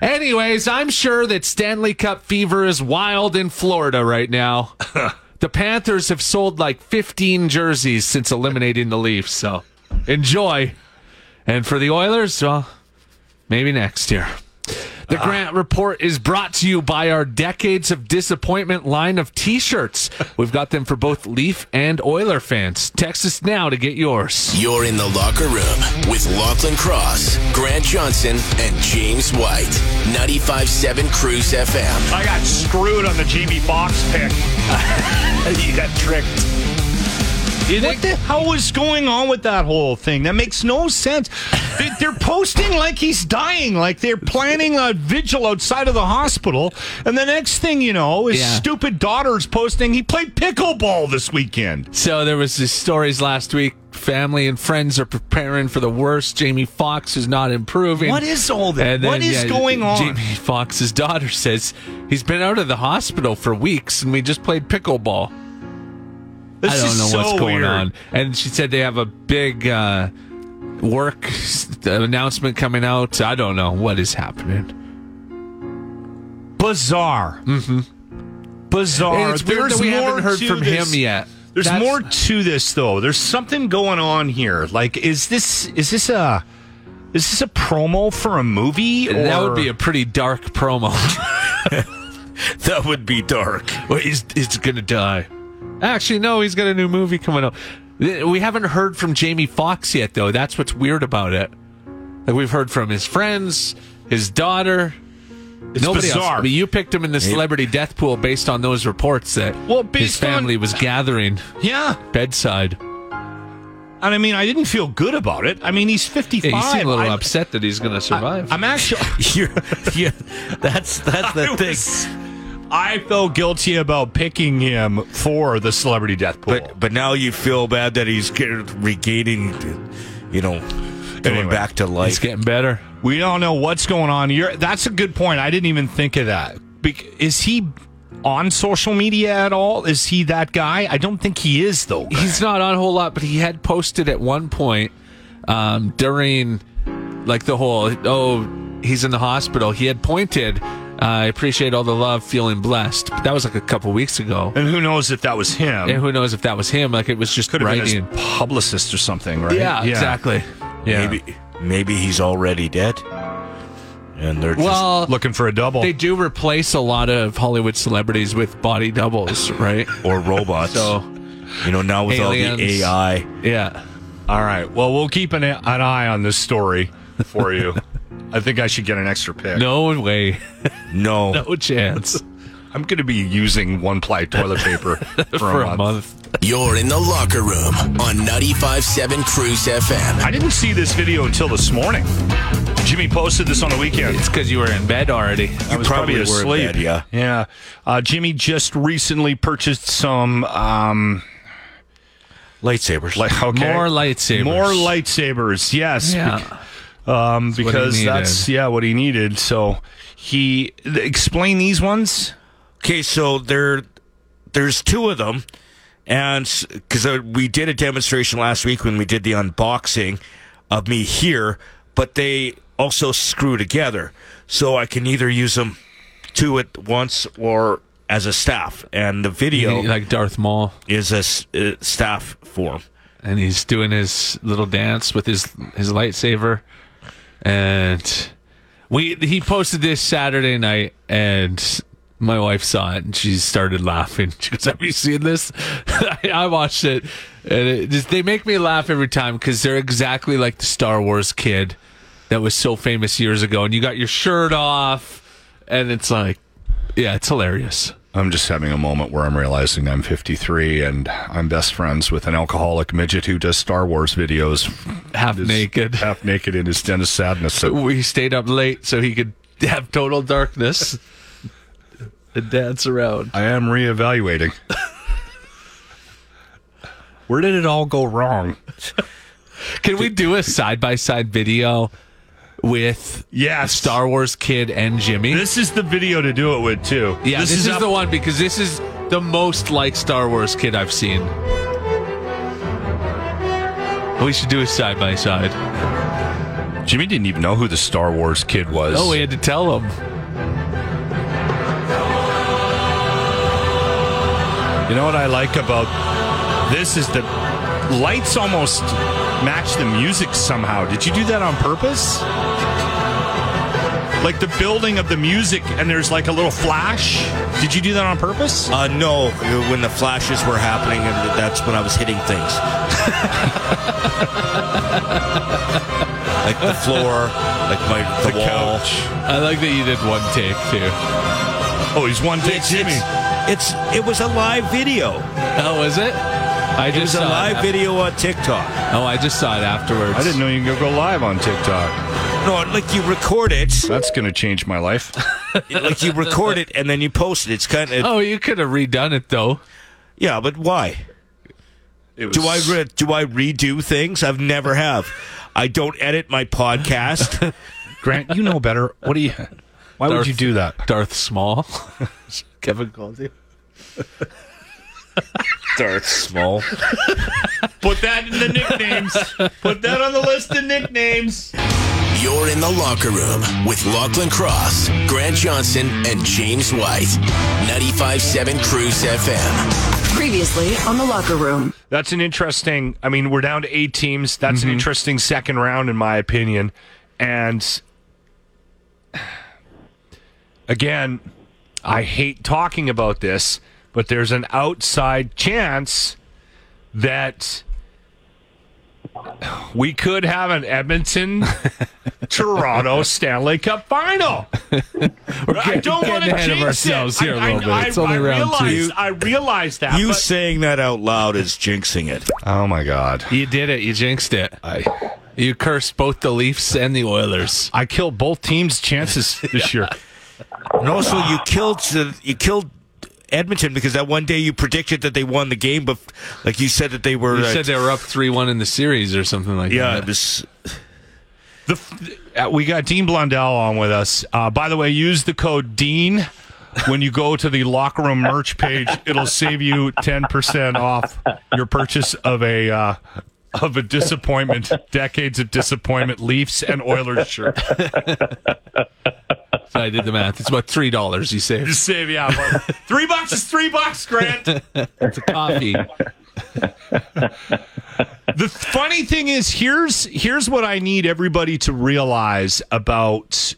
Speaker 5: Anyways, I'm sure that Stanley Cup fever is wild in Florida right now. the Panthers have sold like 15 jerseys since eliminating the Leafs, so enjoy. And for the Oilers, well, maybe next year. The Grant Report is brought to you by our Decades of Disappointment line of t shirts. We've got them for both Leaf and Oiler fans. Text us now to get yours.
Speaker 1: You're in the locker room with Lachlan Cross, Grant Johnson, and James White. 95.7 Cruise FM.
Speaker 12: I got screwed on the Jamie Fox pick. you got tricked.
Speaker 5: You
Speaker 4: what the hell is going on with that whole thing? That makes no sense. They, they're posting like he's dying, like they're planning a vigil outside of the hospital, and the next thing you know, his
Speaker 5: Yeah.
Speaker 4: stupid daughter's posting he played pickleball this weekend.
Speaker 5: So there was these stories last week. Family and friends are preparing for the worst. Jamie Fox is not improving.
Speaker 4: What is all that?
Speaker 5: And then,
Speaker 4: What is
Speaker 5: yeah,
Speaker 4: going on?
Speaker 5: Jamie Fox's daughter says he's been out of the hospital for weeks, and we just played pickleball.
Speaker 4: This
Speaker 5: I don't
Speaker 4: is
Speaker 5: know
Speaker 4: so
Speaker 5: what's going
Speaker 4: weird.
Speaker 5: on. And she said they have a big uh, work s- announcement coming out. I don't know what is happening.
Speaker 4: Bizarre. Mm-hmm. Bizarre.
Speaker 5: And it's weird that we haven't heard
Speaker 4: to
Speaker 5: from
Speaker 4: this.
Speaker 5: him yet.
Speaker 4: There's
Speaker 5: That's-
Speaker 4: more to this though. There's something going on here. Like, is this is this a is this a promo for a movie?
Speaker 5: That
Speaker 4: or-
Speaker 5: would be a pretty dark promo.
Speaker 4: that would be dark.
Speaker 5: Well, he's, he's gonna die. Actually, no, he's got a new movie coming up. Th- We haven't heard from Jamie Foxx yet, though. That's what's weird about it. Like we've heard from his friends, his daughter.
Speaker 4: It's
Speaker 5: Nobody
Speaker 4: bizarre.
Speaker 5: else. But you picked him in the celebrity death pool based on those reports that
Speaker 4: Well,
Speaker 5: his
Speaker 4: based on-
Speaker 5: family was gathering
Speaker 4: Yeah,
Speaker 5: bedside.
Speaker 4: and I mean, I didn't feel good about it. I mean, he's fifty-five.
Speaker 5: Yeah, you seem a little
Speaker 4: I'm,
Speaker 5: upset that he's gonna survive.
Speaker 4: I'm actually.
Speaker 6: You're, you that's that's the
Speaker 4: I
Speaker 6: thing.
Speaker 4: was- I felt guilty about picking him for the celebrity death pool.
Speaker 6: But but now you feel bad that he's get- regaining, you know, going
Speaker 4: Anyway.
Speaker 6: back to
Speaker 5: it's
Speaker 6: life.
Speaker 5: getting better.
Speaker 4: we don't know what's going on. You're, that's a good point. I didn't even think of that. Bec- is he on social media at all? Is he that guy? I don't think he is though.
Speaker 5: he's not on a whole lot, but he had posted at one point um, during like the whole oh he's in the hospital. He had pointed. uh, I appreciate all the love, feeling blessed. But that was like a couple weeks ago,
Speaker 4: And who knows if that was him?
Speaker 5: and who knows if that was him? Like it was just
Speaker 4: Could have
Speaker 5: writing.
Speaker 4: been his publicist or something, right?
Speaker 5: yeah, exactly. Yeah.
Speaker 6: Maybe maybe he's already dead, and they're just
Speaker 5: Well,
Speaker 4: Looking for a double.
Speaker 5: they do replace a lot of Hollywood celebrities with body doubles, right?
Speaker 6: or robots.
Speaker 5: So
Speaker 6: you know now with all
Speaker 5: aliens.
Speaker 6: the AI.
Speaker 5: yeah.
Speaker 4: All right. Well, we'll keep an, an eye on this story for you. I think I should get an extra pick.
Speaker 5: No way.
Speaker 6: No.
Speaker 5: No chance.
Speaker 4: I'm going to be using one ply toilet paper for,
Speaker 5: For
Speaker 4: a, month.
Speaker 1: You're in the locker room on 95.7 Cruise FM.
Speaker 4: I didn't see this video until this morning. Jimmy posted this on the weekend.
Speaker 5: It's because you were in bed already.
Speaker 4: I was probably,
Speaker 6: probably were in
Speaker 4: asleep.
Speaker 6: bed, yeah.
Speaker 4: yeah. Uh, Jimmy just recently purchased some. Um,
Speaker 6: Lightsabers.
Speaker 4: like okay,
Speaker 5: More lightsabers.
Speaker 4: More lightsabers. Yes.
Speaker 5: Yeah.
Speaker 4: Bec- um,
Speaker 5: what he
Speaker 4: because
Speaker 5: needed.
Speaker 4: that's yeah what he needed. So he th- explain these ones.
Speaker 6: Okay, so there, there's two of them, and because we did a demonstration last week when we did the unboxing of me here, but they also screw together, so I can either use them two at once or as a staff. And the video
Speaker 5: Like Darth Maul,
Speaker 6: is a s- uh, staff form.
Speaker 5: and he's doing his little dance with his his lightsaber, and we he posted this Saturday night, and my wife saw it, and she started laughing. She goes, "Have you seen this?" I, I watched it, and it just, they make me laugh every time because they're exactly like the Star Wars kid that was so famous years ago, and you got your shirt off, and it's like, yeah, it's hilarious.
Speaker 4: I'm just having a moment where I'm realizing I'm 53 and I'm best friends with an alcoholic midget who does Star Wars videos,
Speaker 5: Half
Speaker 4: Is
Speaker 5: naked.
Speaker 4: half naked in his den of sadness. So
Speaker 5: we stayed up late so he could have total darkness and dance around.
Speaker 4: I am reevaluating. Where did it all go wrong?
Speaker 5: Can we do a side by side video with
Speaker 4: Yes.
Speaker 5: Star Wars Kid and Jimmy?
Speaker 4: This is the video to do it with too.
Speaker 5: yeah, this, is,
Speaker 4: up-
Speaker 5: the one because this is the most like Star Wars Kid I've seen. We should do a side by side.
Speaker 4: Jimmy didn't even know who the Star Wars kid was.
Speaker 5: Oh, we had to tell him.
Speaker 4: You know what I like about this is the lights almost match the music somehow. Did you do that on purpose? Like the building of the music, and there's like a little flash. Did you do that on purpose?
Speaker 6: Uh, no, when the flashes were happening, and that's when I was hitting things, like the floor, like my the, wall.
Speaker 5: I like that you did one take too.
Speaker 4: Oh, he's one take
Speaker 6: It's,
Speaker 4: Jimmy.
Speaker 6: it's, it's- it was a live video.
Speaker 5: Oh, is it? I
Speaker 6: It
Speaker 5: just
Speaker 6: was a
Speaker 5: saw
Speaker 6: live
Speaker 5: it.
Speaker 6: video on TikTok.
Speaker 5: Oh, I just saw it afterwards.
Speaker 4: I didn't know you could go live on TikTok.
Speaker 6: No, like you record it,
Speaker 4: That's gonna change my life.
Speaker 6: like you record it, and then you post it. It's kind of
Speaker 5: Oh, you could have redone it though.
Speaker 6: yeah, but why?
Speaker 4: It was,
Speaker 6: Do I re- do I redo things? I've never have. I don't edit my podcast.
Speaker 4: Grant? You know better. What do you? Why would
Speaker 5: Darth-
Speaker 4: you do that?
Speaker 5: Darth Small. Kevin calls you.
Speaker 6: Darth Small.
Speaker 4: Put that in the nicknames. Put that on the list of nicknames.
Speaker 1: You're in the locker room with Lachlan Cross, Grant Johnson, and James White. 95.7 Cruise FM.
Speaker 7: Previously on the locker room.
Speaker 4: That's an interesting. I mean, we're down to eight teams. That's
Speaker 5: Mm-hmm.
Speaker 4: an interesting second round, in my opinion. And again, I hate talking about this, but there's an outside chance that we could have an Edmonton Toronto Stanley Cup final. I don't want
Speaker 5: getting
Speaker 4: to
Speaker 5: ahead of
Speaker 4: jinx
Speaker 5: ourselves
Speaker 4: it.
Speaker 5: here a
Speaker 4: I- I-
Speaker 5: little bit.
Speaker 4: I-
Speaker 5: It's only
Speaker 4: I
Speaker 5: round two.
Speaker 4: realize- I realize that.
Speaker 6: You
Speaker 4: but-
Speaker 6: saying that out loud is jinxing it.
Speaker 4: oh my God.
Speaker 5: You did it. You jinxed it.
Speaker 4: I,
Speaker 5: You cursed both the Leafs and the Oilers.
Speaker 4: I killed both teams' chances this year.
Speaker 6: And also, you killed you killed Edmonton because that one day you predicted that they won the game, but like you said that they were.
Speaker 5: You
Speaker 6: uh,
Speaker 5: said they were up three one in the series or something like
Speaker 6: yeah, it
Speaker 5: that.
Speaker 6: was-
Speaker 4: The, f- uh, we got Dean Blondell on with us. Uh, by the way, use the code Dean when you go to the locker room merch page. It'll save you ten percent off your purchase of a. Uh, of a disappointment, decades of disappointment, Leafs and Oilers shirt.
Speaker 5: So I did the math. It's about three dollars. You saved
Speaker 4: Just save you out. but Three bucks is three bucks, Grant.
Speaker 5: the coffee.
Speaker 4: the funny thing is here's here's what i need everybody to realize about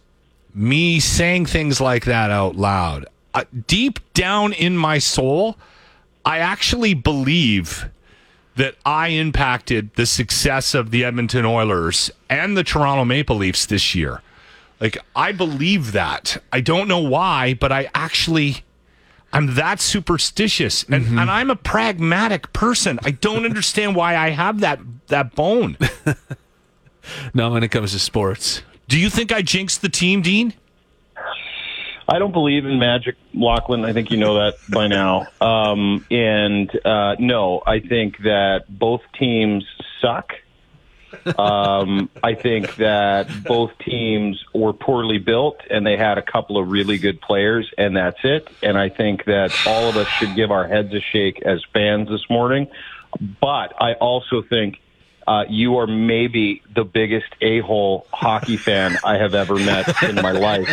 Speaker 4: me saying things like that out loud uh, deep down in my soul i actually believe that i impacted the success of the edmonton oilers and the toronto maple leafs this year Like I believe that. I don't know why, but I actually I'm that superstitious and,
Speaker 5: Mm-hmm.
Speaker 4: and I'm a pragmatic person. I don't understand why I have that that bone.
Speaker 5: Not when it comes to sports.
Speaker 4: Do you think I jinxed the team, Dean?
Speaker 13: I don't believe in magic, Lachlan. I think you know that by now. Um, and uh, no, I think that both teams suck. Um, I think that both teams were poorly built, and they had a couple of really good players, and that's it. And I think that all of us should give our heads a shake as fans this morning. But I also think uh, you are maybe the biggest a-hole hockey fan I have ever met in my life,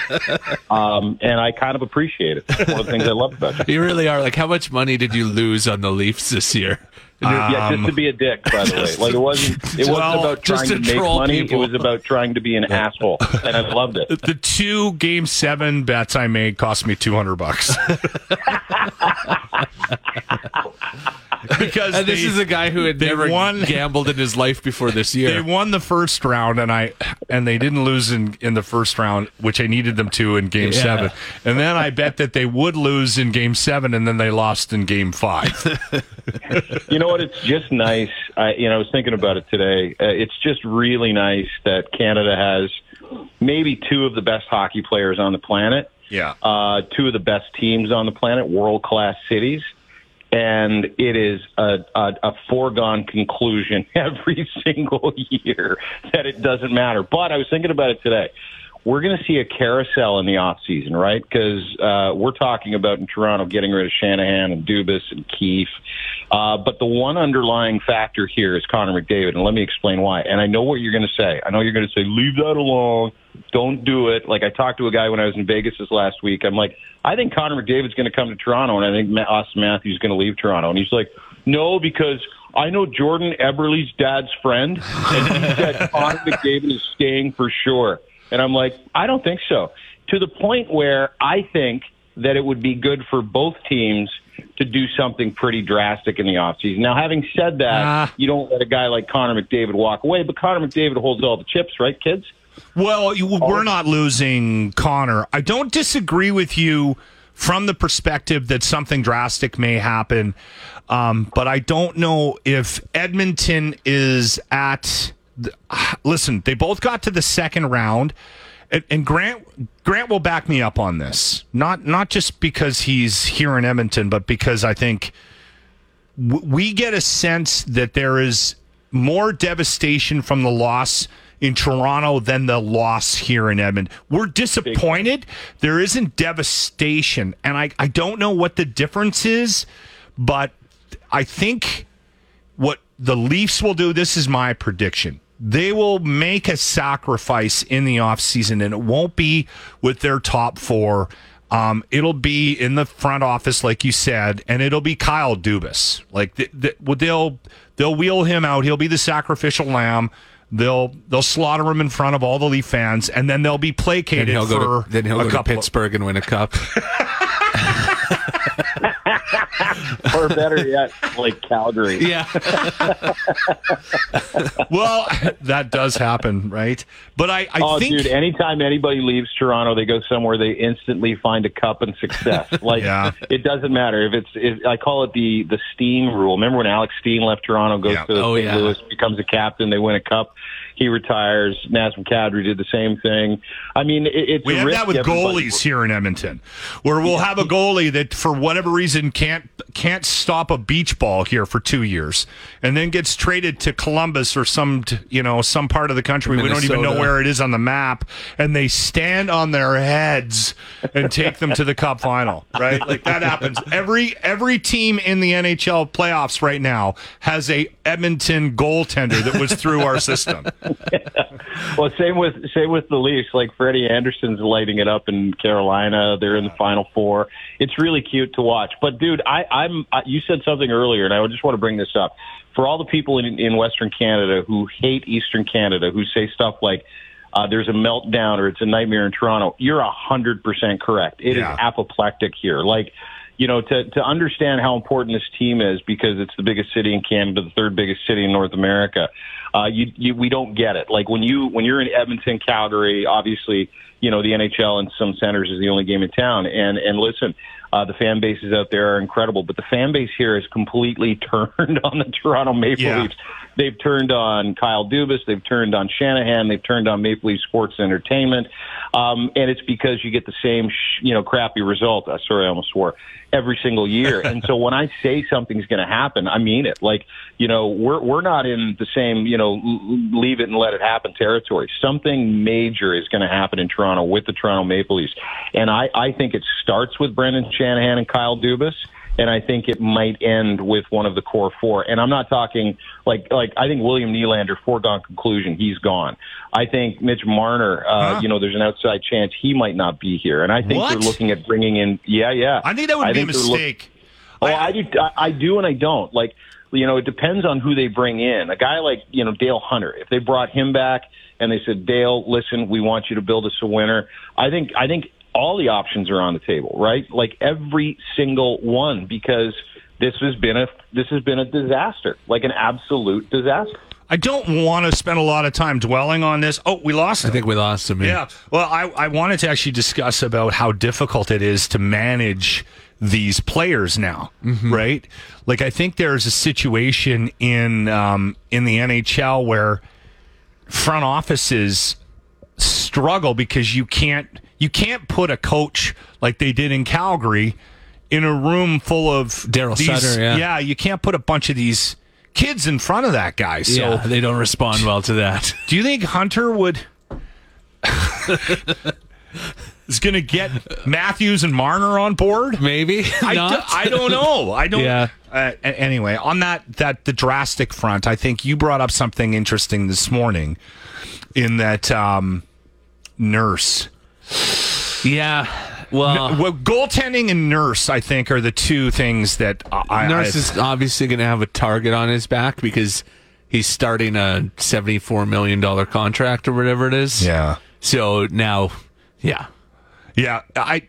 Speaker 13: um, and I kind of appreciate it. It's one of the things I love about you.
Speaker 5: You really are. Like, how much money did you lose on the Leafs this year?
Speaker 13: yeah, just to be a dick, by the way. Like it wasn't. It
Speaker 4: Um,
Speaker 13: wasn't
Speaker 4: Well,
Speaker 13: about
Speaker 4: just to
Speaker 13: trying to, make
Speaker 4: troll
Speaker 13: money.
Speaker 4: people.
Speaker 13: It was about trying to be an asshole, and I loved it.
Speaker 4: The two game seven bets I made cost me two hundred bucks. because
Speaker 5: And this
Speaker 4: they-
Speaker 5: is a guy who had
Speaker 4: they
Speaker 5: never
Speaker 4: won-
Speaker 5: gambled in his life before this
Speaker 4: They
Speaker 5: year.
Speaker 4: won the first round, and I and they didn't lose in in the first round, which I needed them to in Game
Speaker 5: Yeah.
Speaker 4: Seven. And then I bet that they would lose in Game Seven, and then they lost in Game Five.
Speaker 13: you know what? It's just nice. I, you know, I was thinking about it today. Uh, it's just really nice that Canada has maybe two of the best hockey players on the planet.
Speaker 4: Yeah.
Speaker 13: Uh, two of the best teams on the planet, world class cities. And it is a, a, a foregone conclusion every single year that it doesn't matter. But I was thinking about it today. We're going to see a carousel in the off season, right? Because uh, we're talking about in Toronto getting rid of Shanahan and Dubas and Keefe. Uh, but the one underlying factor here is Connor McDavid, and let me explain why. And I know what you're going to say. I know you're going to say, leave that alone. Don't do it. Like I talked to a guy when I was in Vegas this last week. I'm like, I think Connor McDavid's going to come to Toronto, and I think Ma- Austin Matthews is going to leave Toronto. And he's like, no, because I know Jordan Eberle's dad's friend, and he said Connor McDavid is staying for sure. And I'm like, I don't think so. To the point where I think that it would be good for both teams to do something pretty drastic in the offseason. Now, having said that, you don't let a guy like Connor McDavid walk away, but Connor McDavid holds all the chips, right, kids?
Speaker 4: well, you, we're not losing Connor. I don't disagree with you from the perspective that something drastic may happen, um, but I don't know if Edmonton is at. th- Listen, they both got to the second round. and, and Grant Grant will back me up on this. Not not just because he's here in Edmonton, but because I think w- we get a sense that there is more devastation from the loss in Toronto than the loss here in Edmonton. We're disappointed. There isn't devastation, and I I don't know what the difference is, but I think what the Leafs will do, this is my prediction. They will make a sacrifice in the offseason, and it won't be with their top four. Um, it'll be in the front office, like you said, and it'll be Kyle Dubas. Like th- th- well, they'll they'll wheel him out. He'll be the sacrificial lamb. They'll they'll slaughter him in front of all the Leaf fans, and then they'll be
Speaker 5: Then
Speaker 4: placated
Speaker 5: he'll
Speaker 4: for
Speaker 5: go to, then he'll
Speaker 4: a
Speaker 5: go to
Speaker 4: couple. of-
Speaker 5: Pittsburgh and win a cup.
Speaker 13: Or better yet, like Calgary.
Speaker 5: yeah.
Speaker 4: well, that does happen, right? But I, I
Speaker 13: Oh,
Speaker 4: think
Speaker 13: dude! Anytime anybody leaves Toronto, they go somewhere. They instantly find a cup and success. Like
Speaker 4: Yeah.
Speaker 13: it doesn't matter if it's. If, I call it the the Steen rule. Remember when Alex Steen left Toronto, goes
Speaker 4: Yeah.
Speaker 13: to
Speaker 5: Oh,
Speaker 13: St.
Speaker 5: yeah.
Speaker 13: Louis, becomes a captain, they win a cup, he retires. Nazem Kadri did the same thing. I mean, it, it's
Speaker 4: We
Speaker 13: a
Speaker 4: have
Speaker 13: risk
Speaker 4: that with
Speaker 13: everybody-
Speaker 4: goalies here in Edmonton, where we'll have a goalie that, for whatever reason, can't can't stop a beach ball here for two years, and then gets traded to Columbus or some t- you know some part of the country we don't even know
Speaker 5: Minnesota.
Speaker 4: where it is on the map, and they stand on their heads and take them to the Cup final, right? Like that happens every every team in the NHL playoffs right now has a Edmonton goaltender that was through our system.
Speaker 13: Well, same with same with the Leafs. Like Freddie Anderson's lighting it up in Carolina. They're in the Final Four. It's really cute to watch. But dude, I, I'm I, you said something earlier, and I just want to bring this up for all the people in, in Western Canada who hate Eastern Canada, who say stuff like. Uh, there's a meltdown or it's a nightmare in Toronto. You're a hundred percent correct. It is
Speaker 4: Yeah.
Speaker 13: apoplectic here. Like, you know, to to understand how important this team is because it's the biggest city in Canada, the third biggest city in North America. uh, you, you, we don't get it. Like when you when you're in Edmonton, Calgary, obviously, you know the NHL in some centers is the only game in town. And and listen, uh, the fan bases out there are incredible, but the fan base here is completely turned on the Toronto Maple
Speaker 14: Yeah.
Speaker 13: Leafs. They've turned on Kyle Dubas. They've turned on Shanahan. They've turned on Maple Leaf Sports Entertainment. Um, and it's because you get the same, sh- you know, crappy result. Uh, sorry, I almost swore every single year. and so when I say something's going to happen, I mean it. Like, you know, we're, we're not in the same, you know, l- l- leave it and let it happen territory. Something major is going to happen in Toronto with the Toronto Maple Leafs. And I, I think it starts with Brendan Shanahan and Kyle Dubas and I think it might end with one of the core four. And I'm not talking like like I think William Nylander foregone conclusion, he's gone. I think Mitch Marner, uh, you know, there's an outside chance he might not be here, and I think
Speaker 4: What?
Speaker 13: they're looking at bringing in yeah, yeah.
Speaker 4: I think that would be a
Speaker 13: they're look-
Speaker 4: mistake.
Speaker 13: Oh, I, do. I, I do, and I don't. Like, you know, it depends on who they bring in. A guy like you know Dale Hunter, if they brought him back and they said, Dale, listen, we want you to build us a winner. I think I think all the options are on the table, right? Like every single one, because this has been a this has been a disaster, like an absolute disaster.
Speaker 4: I don't want to spend a lot of time dwelling on this. Oh, we lost. I think
Speaker 5: we lost him.
Speaker 4: Yeah. Well, I, I wanted to actually discuss about how difficult it is to manage these players now,
Speaker 5: Mm-hmm.
Speaker 4: right? Like, I think there's a situation in um, in the NHL where front offices struggle because you can't you can't put a coach like they did in Calgary in a room full of Daryl
Speaker 5: Sutter, yeah.
Speaker 4: yeah, you can't put a bunch of these kids in front of that guy. So
Speaker 5: Yeah, they don't respond well to that.
Speaker 4: do you think Hunter would is going to get Matthews and Marner on board?
Speaker 5: Maybe.
Speaker 4: I,
Speaker 5: Not?
Speaker 4: do, not know. I don't.
Speaker 5: Yeah.
Speaker 4: Uh, a- anyway, on that that the drastic front, I think you brought up something interesting this morning, in that um, nurse.
Speaker 5: Yeah. Well,
Speaker 4: well, goaltending and nurse, I think, are the two things that I.
Speaker 5: Nurse
Speaker 4: I,
Speaker 5: is obviously going to have a target on his back because he's starting a seventy-four million dollar contract or whatever it is.
Speaker 4: Yeah.
Speaker 5: So now, yeah,
Speaker 4: Yeah, I.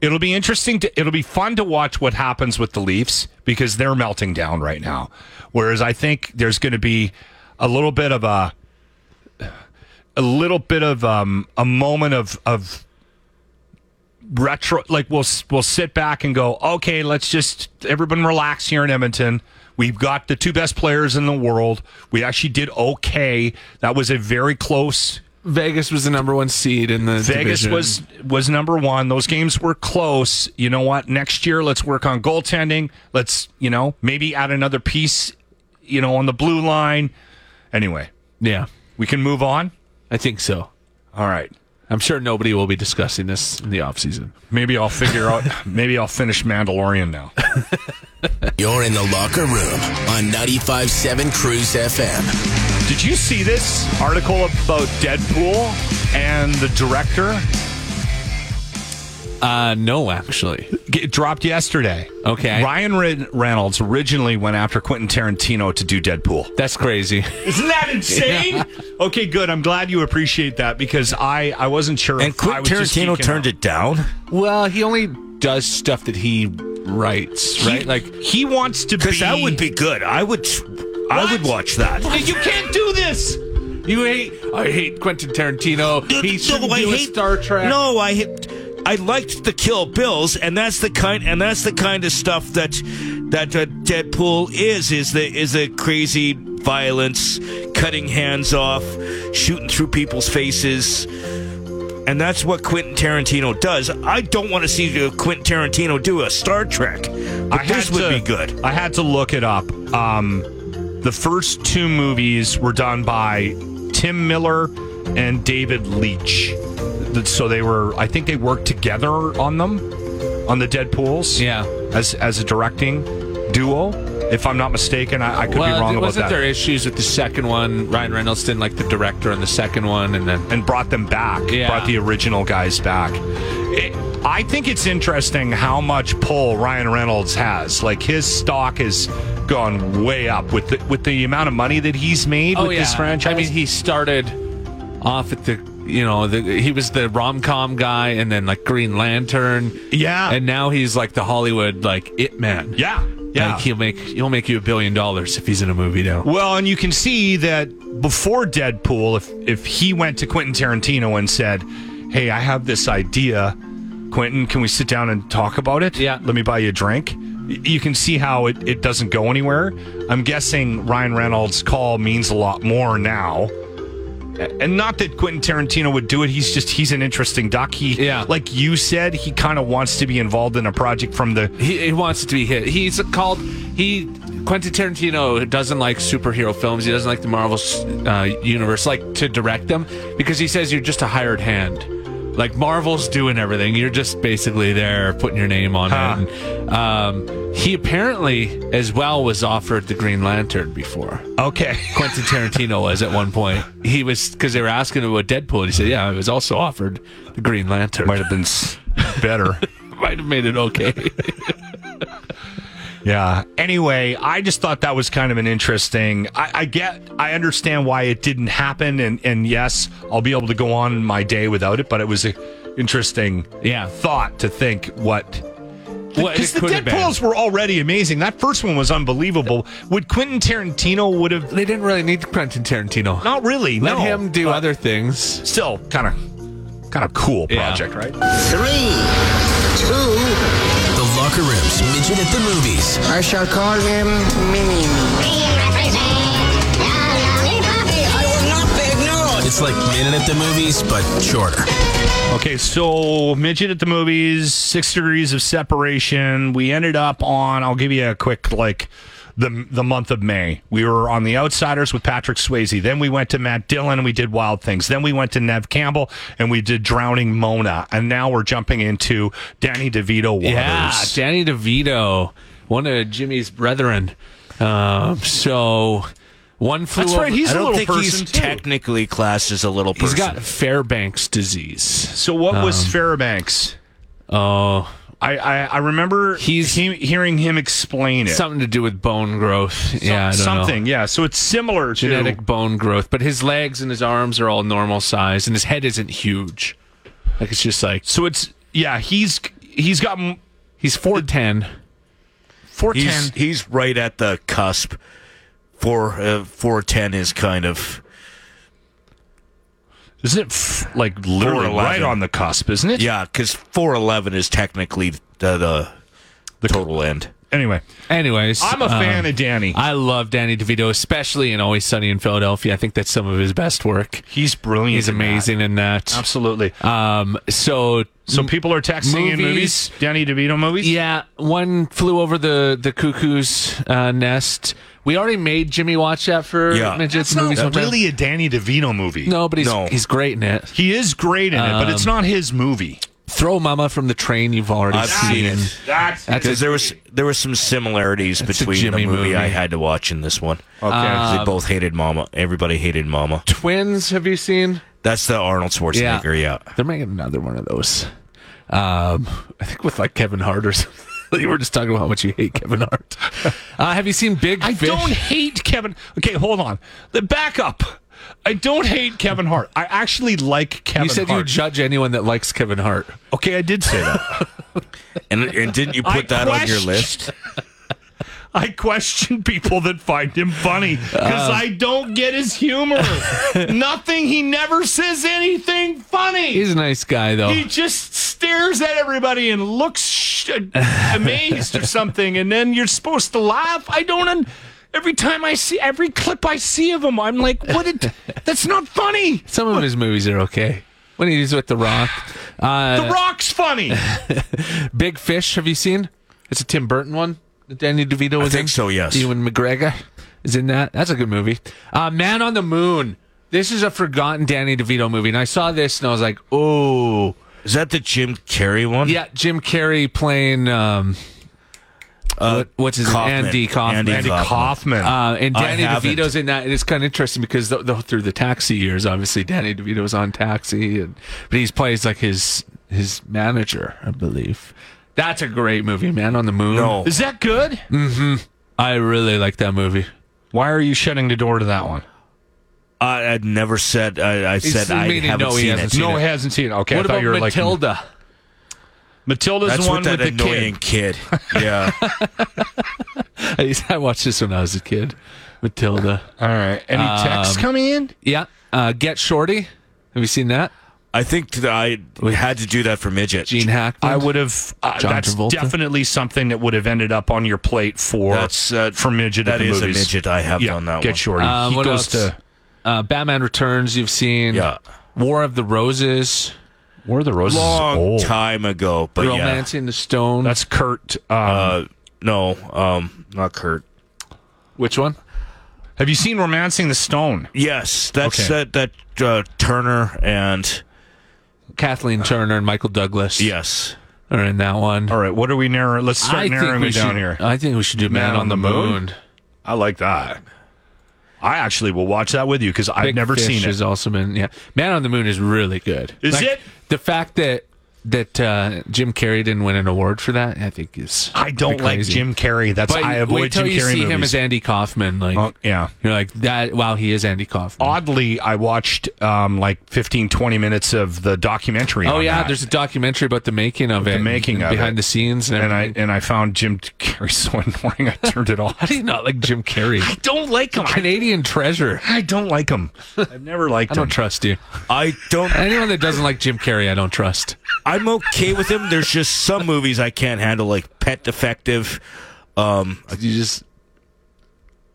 Speaker 4: It'll be interesting to. It'll be fun to watch what happens with the Leafs because they're melting down right now. Whereas I think there's going to be a little bit of a, a little bit of um, a moment of of retro like we'll we'll sit back and go okay let's just everyone relax here in Edmonton we've got the two best players in the world we actually did okay that was a very close
Speaker 5: Vegas was the number one seed in the
Speaker 4: Vegas
Speaker 5: division.
Speaker 4: was was number 1 those games were close you know what next year let's work on goaltending let's you know maybe add another piece you know on the blue line anyway
Speaker 5: yeah
Speaker 4: we can move on
Speaker 5: I think so.
Speaker 4: All right.
Speaker 5: I'm sure nobody will be discussing this in the offseason.
Speaker 4: maybe I'll figure out maybe I'll finish Mandalorian now
Speaker 1: You're in the locker room on 95.7 Cruise FM.
Speaker 4: Did you see this article about Deadpool and the director?
Speaker 5: Uh, no, actually.
Speaker 4: It dropped yesterday.
Speaker 5: Okay.
Speaker 4: Ryan Re- Reynolds originally went after Quentin Tarantino to do Deadpool.
Speaker 5: That's crazy.
Speaker 4: Isn't that insane? Okay, good. I'm glad you appreciate that because I, I wasn't sure. And
Speaker 6: Quentin Tarantino turned it down.
Speaker 5: Well, he only does stuff that he writes, right? like
Speaker 4: he wants to
Speaker 6: because that would be good. I would, I would watch that.
Speaker 4: You can't do this.
Speaker 5: You hate. I hate Quentin Tarantino. He shouldn't
Speaker 6: I
Speaker 5: do a
Speaker 6: hate-
Speaker 5: Star Trek.
Speaker 6: No, I hate. I liked the Kill Bills, and that's the kind, and that's the kind of stuff that that uh, Deadpool is is the is the crazy violence, cutting hands off, shooting through people's faces, and that's what Quentin Tarantino does. I don't want to see uh, Quentin Tarantino do a Star Trek. But this would be good.
Speaker 4: I had to look it up. Um, the first two movies were done by Tim Miller and David Leitch. Th- So they were, I think they worked together on them, on the Deadpool's.
Speaker 5: Yeah.
Speaker 4: As, as a directing duo, if I'm not mistaken. I, I could
Speaker 5: well,
Speaker 4: be wrong about
Speaker 5: wasn't
Speaker 4: that.
Speaker 5: there issues with the second one? Ryan Reynolds didn't like the director on the second one, and then
Speaker 4: and brought them back.
Speaker 5: Yeah.
Speaker 4: Brought the original guys back. It- I think it's interesting how much pull Ryan Reynolds has. Like his stock has gone way up with the, with the amount of money that he's made
Speaker 5: oh
Speaker 4: with
Speaker 5: yeah,
Speaker 4: this franchise.
Speaker 5: I mean, he started off at the you know the, he was the rom com guy, and then like Green Lantern,
Speaker 4: yeah,
Speaker 5: and now he's like the Hollywood like it man,
Speaker 4: yeah,
Speaker 5: Yeah, like he'll make he'll make you a billion dollars if he's in a movie now.
Speaker 4: Well, and you can see that before Deadpool, if if he went to Quentin Tarantino and said, "Hey, I have this idea, Quentin, can we sit down and talk about it? Yeah, let me buy you a drink." Y- You can see how it, it doesn't go anywhere. I'm guessing Ryan Reynolds' call means a lot more now. A- And not that Quentin Tarantino would do it. He's just, he's an interesting doc. He, yeah. like you said, he kind of wants to be involved in a project from the
Speaker 5: He, he wants it to be hit. He's called he Quentin Tarantino doesn't like superhero films. He doesn't like the Marvel uh, universe like to direct them because he says you're just a hired hand. Like Marvel's doing everything. You're just basically there putting your name on it. And, um, he apparently as well was offered the Green Lantern before.
Speaker 4: Okay.
Speaker 5: Quentin Tarantino was at one point. He was because they were asking him about Deadpool. And he said, "Yeah, I was also offered the Green Lantern."
Speaker 4: Might have been better.
Speaker 5: Might have made it okay.
Speaker 4: Yeah. Anyway, I just thought that was kind of an interesting. I, I get, I understand why it didn't happen, and and yes, I'll be able to go on my day without it. But it was a interesting,
Speaker 5: yeah,
Speaker 4: thought to think what.
Speaker 5: What it
Speaker 4: Because the
Speaker 5: could have been.
Speaker 4: Deadpool's were already amazing. That first one was unbelievable. Would Quentin Tarantino would have?
Speaker 5: They didn't really need Quentin Tarantino.
Speaker 4: Not really. no.
Speaker 5: Let him do other things.
Speaker 4: Still, kind of, kind of cool
Speaker 5: Yeah.
Speaker 4: project, right?
Speaker 1: Three, two. The Locker Room's Midget at the Movies.
Speaker 7: I shall call him
Speaker 1: It's like Minute at the Movies, but shorter.
Speaker 4: Okay, so midget at the movies, six degrees of separation. We ended up on. I'll give you a quick like the the month of May. We were on the Outsiders with Patrick Swayze. Then we went to Matt Dillon and we did Wild Things. Then we went to Nev Campbell and we did Drowning Mona. And now we're jumping into Danny DeVito waters.
Speaker 5: Yeah, Danny DeVito, one of Jimmy's brethren. Um, so one flew.
Speaker 6: That's
Speaker 5: over-
Speaker 6: right,
Speaker 5: I
Speaker 6: he's a
Speaker 5: don't
Speaker 6: little
Speaker 5: think
Speaker 6: person,
Speaker 5: He's
Speaker 6: too.
Speaker 5: technically classed as a little
Speaker 6: He's
Speaker 5: He's
Speaker 6: got
Speaker 5: got Fairbanks disease. So
Speaker 4: what was
Speaker 5: Um,
Speaker 4: Fairbanks?
Speaker 5: Oh,
Speaker 4: I, I I remember
Speaker 5: he's
Speaker 4: he, hearing him explain it.
Speaker 5: Something to do with bone growth. yeah, I don't know.
Speaker 4: something. Yeah, so it's similar
Speaker 5: genetic
Speaker 4: to
Speaker 5: bone growth, but his legs and his arms are all normal size, and his head isn't huge. Like it's just like
Speaker 4: so it's yeah he's he's got
Speaker 5: he's four ten.
Speaker 4: Four
Speaker 6: He's, he's right at the cusp. Four uh, four ten is kind of
Speaker 4: Isn't it f- like literally right on the cusp, isn't it?
Speaker 6: Yeah, because four eleven is technically the the,
Speaker 4: the
Speaker 6: total end.
Speaker 4: Anyway, Um,
Speaker 5: Anyways,
Speaker 4: I'm a fan of Danny.
Speaker 5: I love Danny DeVito, especially in Always Sunny in Philadelphia. I think that's some of his best work.
Speaker 4: He's brilliant.
Speaker 5: He's
Speaker 4: in that.
Speaker 5: amazing in that.
Speaker 4: Absolutely.
Speaker 5: Um, so,
Speaker 4: so people are texting in movies, Danny DeVito movies.
Speaker 5: Yeah, one flew over the the cuckoo's uh, nest. We already made Jimmy watch that for midgets
Speaker 4: That's
Speaker 5: and movies.
Speaker 4: not
Speaker 5: one time.
Speaker 4: really a Danny DeVito movie.
Speaker 5: No, but he's he's great in it.
Speaker 4: He is great in it, but it's
Speaker 5: Um,
Speaker 4: not his movie.
Speaker 5: Throw Mama from the train. You've already
Speaker 6: I've seen it.
Speaker 4: That's
Speaker 6: Because there was there were some similarities
Speaker 5: That's a
Speaker 6: between the
Speaker 5: Jimmy
Speaker 6: movie,
Speaker 5: movie.
Speaker 6: I had to watch and this one. Okay,
Speaker 5: Um,
Speaker 6: they both hated Mama. Everybody hated Mama.
Speaker 5: Twins. Have you seen?
Speaker 6: That's the Arnold Schwarzenegger. Yeah,
Speaker 5: They're making another one of those. Um, I think with like Kevin Hart or something. you were just talking about how much you hate Kevin Hart. Uh, have you seen Big
Speaker 4: I
Speaker 5: Fish?
Speaker 4: don't hate Kevin. Okay, hold on. The back up. I don't hate Kevin Hart. I actually like Kevin.
Speaker 5: you said you
Speaker 4: Hart.
Speaker 5: judge anyone that likes Kevin Hart.
Speaker 4: Okay, I did say that.
Speaker 6: and and didn't you put
Speaker 4: I
Speaker 6: that on your
Speaker 4: questioned-
Speaker 6: list?
Speaker 4: I question people that find him funny because
Speaker 5: Uh.
Speaker 4: I don't get his humor. Nothing. He never says anything funny.
Speaker 5: He's a nice guy though.
Speaker 4: He just stares at everybody and looks sh- uh, amazed or something, and then you're supposed to laugh. I don't. Un- every time I see every clip I see of him, I'm like, what? It, that's not funny.
Speaker 5: Some of his movies are okay. When he's with The Rock. Uh,
Speaker 4: The Rock's funny.
Speaker 5: Big Fish, have you seen? It's a Tim Burton one. that Danny DeVito was I think in. so, yes. Ewan McGregor is in that. That's a good movie. Uh, Man on the Moon. This is a forgotten Danny DeVito movie, and I saw this and I was like, oh.
Speaker 6: Is that the Jim Carrey one?
Speaker 5: Yeah, Jim Carrey playing um,
Speaker 4: Uh,
Speaker 5: what- what's his
Speaker 6: Kaufman.
Speaker 5: name? Andy Kaufman.
Speaker 6: Andy Andy Kaufman. Kaufman.
Speaker 5: Uh, and
Speaker 6: I
Speaker 5: Danny
Speaker 6: haven't.
Speaker 5: DeVito's in that, and it's kind of interesting because th- th- through the Taxi years, obviously Danny DeVito was on Taxi, and but he plays like his his manager, I believe. That's a great movie, Man on the Moon.
Speaker 6: No.
Speaker 4: Is that good?
Speaker 5: Mm-hmm. I really like that movie.
Speaker 4: Why are you shutting the door to that one?
Speaker 6: I, I'd never said. I, I
Speaker 4: He's
Speaker 6: said I
Speaker 4: meaning
Speaker 6: haven't
Speaker 4: no, he
Speaker 6: seen
Speaker 4: hasn't
Speaker 6: it.
Speaker 4: seen No, it. he hasn't seen it. Okay, I What thought about you were like- Matilda? Matilda's
Speaker 6: That's
Speaker 4: the one
Speaker 6: with that
Speaker 4: with the
Speaker 6: annoying
Speaker 4: kid.
Speaker 6: kid. Yeah,
Speaker 5: I, used- I watched this when I was a kid. Matilda. Um,
Speaker 4: All right. Any texts coming in?
Speaker 5: Yeah. Uh, Get Shorty. Have you seen that?
Speaker 6: I think that I we had to do that for midget.
Speaker 5: Gene Hackman.
Speaker 4: I would have. Uh,
Speaker 5: John
Speaker 4: that's
Speaker 5: Travolta.
Speaker 4: definitely something that would have ended up on your plate for
Speaker 6: That's, uh,
Speaker 4: for midget.
Speaker 6: that
Speaker 4: at the
Speaker 6: is a
Speaker 4: movies.
Speaker 6: midget I have
Speaker 4: yeah,
Speaker 6: done that
Speaker 4: Get
Speaker 6: one.
Speaker 4: shorty.
Speaker 5: Um,
Speaker 4: he
Speaker 5: what
Speaker 4: goes
Speaker 5: else?
Speaker 4: to
Speaker 5: Uh, Batman Returns. You've seen.
Speaker 6: Yeah.
Speaker 5: War of the Roses.
Speaker 4: War of the Roses. is
Speaker 6: Long
Speaker 4: old. Oh,
Speaker 6: time ago, but yeah.
Speaker 5: Romancing the Stone.
Speaker 4: That's Kurt. Um,
Speaker 6: Uh, no, um, not Kurt.
Speaker 5: Which one?
Speaker 4: have you seen Romancing the Stone?
Speaker 6: Yes, that's
Speaker 4: Okay.
Speaker 6: that that uh, Turner and
Speaker 5: Kathleen Turner and Michael Douglas
Speaker 6: yes,
Speaker 5: are in that one.
Speaker 4: All right. What are we narrowing? Let's start narrowing
Speaker 5: we
Speaker 4: it down
Speaker 5: should,
Speaker 4: here.
Speaker 5: I think we should do Man, on, the, Moon.
Speaker 4: I like that. I actually will watch that with you because I've
Speaker 5: Big
Speaker 4: never
Speaker 5: Fish
Speaker 4: seen it.
Speaker 5: Has also been yeah. Man on the Moon is really good.
Speaker 4: Is it?
Speaker 5: the fact that that uh, Jim Carrey didn't win an award for that? I think is
Speaker 4: I don't
Speaker 5: pretty
Speaker 4: like
Speaker 5: crazy.
Speaker 4: Jim Carrey. That's
Speaker 5: But
Speaker 4: I
Speaker 5: you-
Speaker 4: avoid
Speaker 5: wait till
Speaker 4: Jim
Speaker 5: you
Speaker 4: Carrey
Speaker 5: see
Speaker 4: movies.
Speaker 5: him as Andy Kaufman. Like
Speaker 4: Oh, yeah.
Speaker 5: you're like that. Wow, he is Andy Kaufman.
Speaker 4: Oddly, I watched um, like 15, 20 minutes of the documentary.
Speaker 5: oh
Speaker 4: on
Speaker 5: yeah,
Speaker 4: that.
Speaker 5: there's a documentary about the making of it,
Speaker 4: the making
Speaker 5: and
Speaker 4: of
Speaker 5: behind
Speaker 4: it.
Speaker 5: the scenes, and,
Speaker 4: and I
Speaker 5: everything.
Speaker 4: and I found Jim Carrey so annoying. I turned it
Speaker 5: How
Speaker 4: off.
Speaker 5: do you not like Jim Carrey?
Speaker 4: I don't like him. I,
Speaker 5: Canadian treasure.
Speaker 4: I don't like him. I've never liked
Speaker 5: I don't
Speaker 4: him.
Speaker 5: trust you.
Speaker 6: I don't.
Speaker 5: Anyone that doesn't like Jim Carrey, I don't trust.
Speaker 6: I'm okay with him. There's just some movies I can't handle, like Pet Defective. Um,
Speaker 5: You just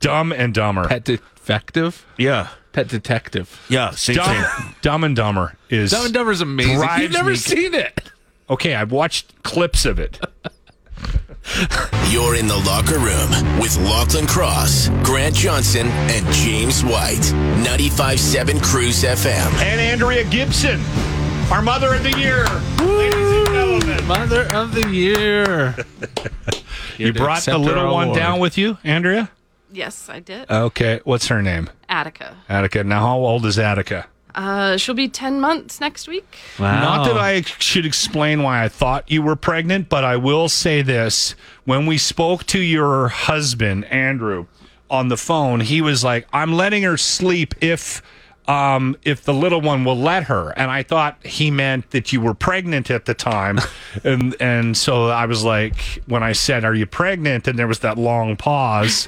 Speaker 4: Dumb and Dumber.
Speaker 5: pet defective,
Speaker 6: yeah,
Speaker 5: pet detective.
Speaker 6: yeah, same thing.
Speaker 4: Dumb, Dumb and Dumber is
Speaker 5: Dumb and Dumber's amazing.
Speaker 4: drives
Speaker 5: You've never
Speaker 4: me-
Speaker 5: seen it.
Speaker 4: okay. I've watched clips of it.
Speaker 1: You're in the locker room with Lachlan Cross, Grant Johnson, and James White. 95.7 Cruise FM.
Speaker 4: and Andrea Gibson, our Mother of the Year, ladies and gentlemen.
Speaker 5: Mother of the year.
Speaker 4: You brought the little one down with you, Andrea.
Speaker 14: Yes, I did.
Speaker 4: Okay, what's her name?
Speaker 14: Attica.
Speaker 4: Attica. Now, how old is Attica?
Speaker 14: Uh, she'll be 10 months next week.
Speaker 4: Not
Speaker 5: Oh.
Speaker 4: that I should explain why I thought you were pregnant, but I will say this. When we spoke to your husband, Andrew, on the phone, he was like, I'm letting her sleep if um if the little one will let her and i thought he meant that you were pregnant at the time and and so i was like when i said are you pregnant and there was that long pause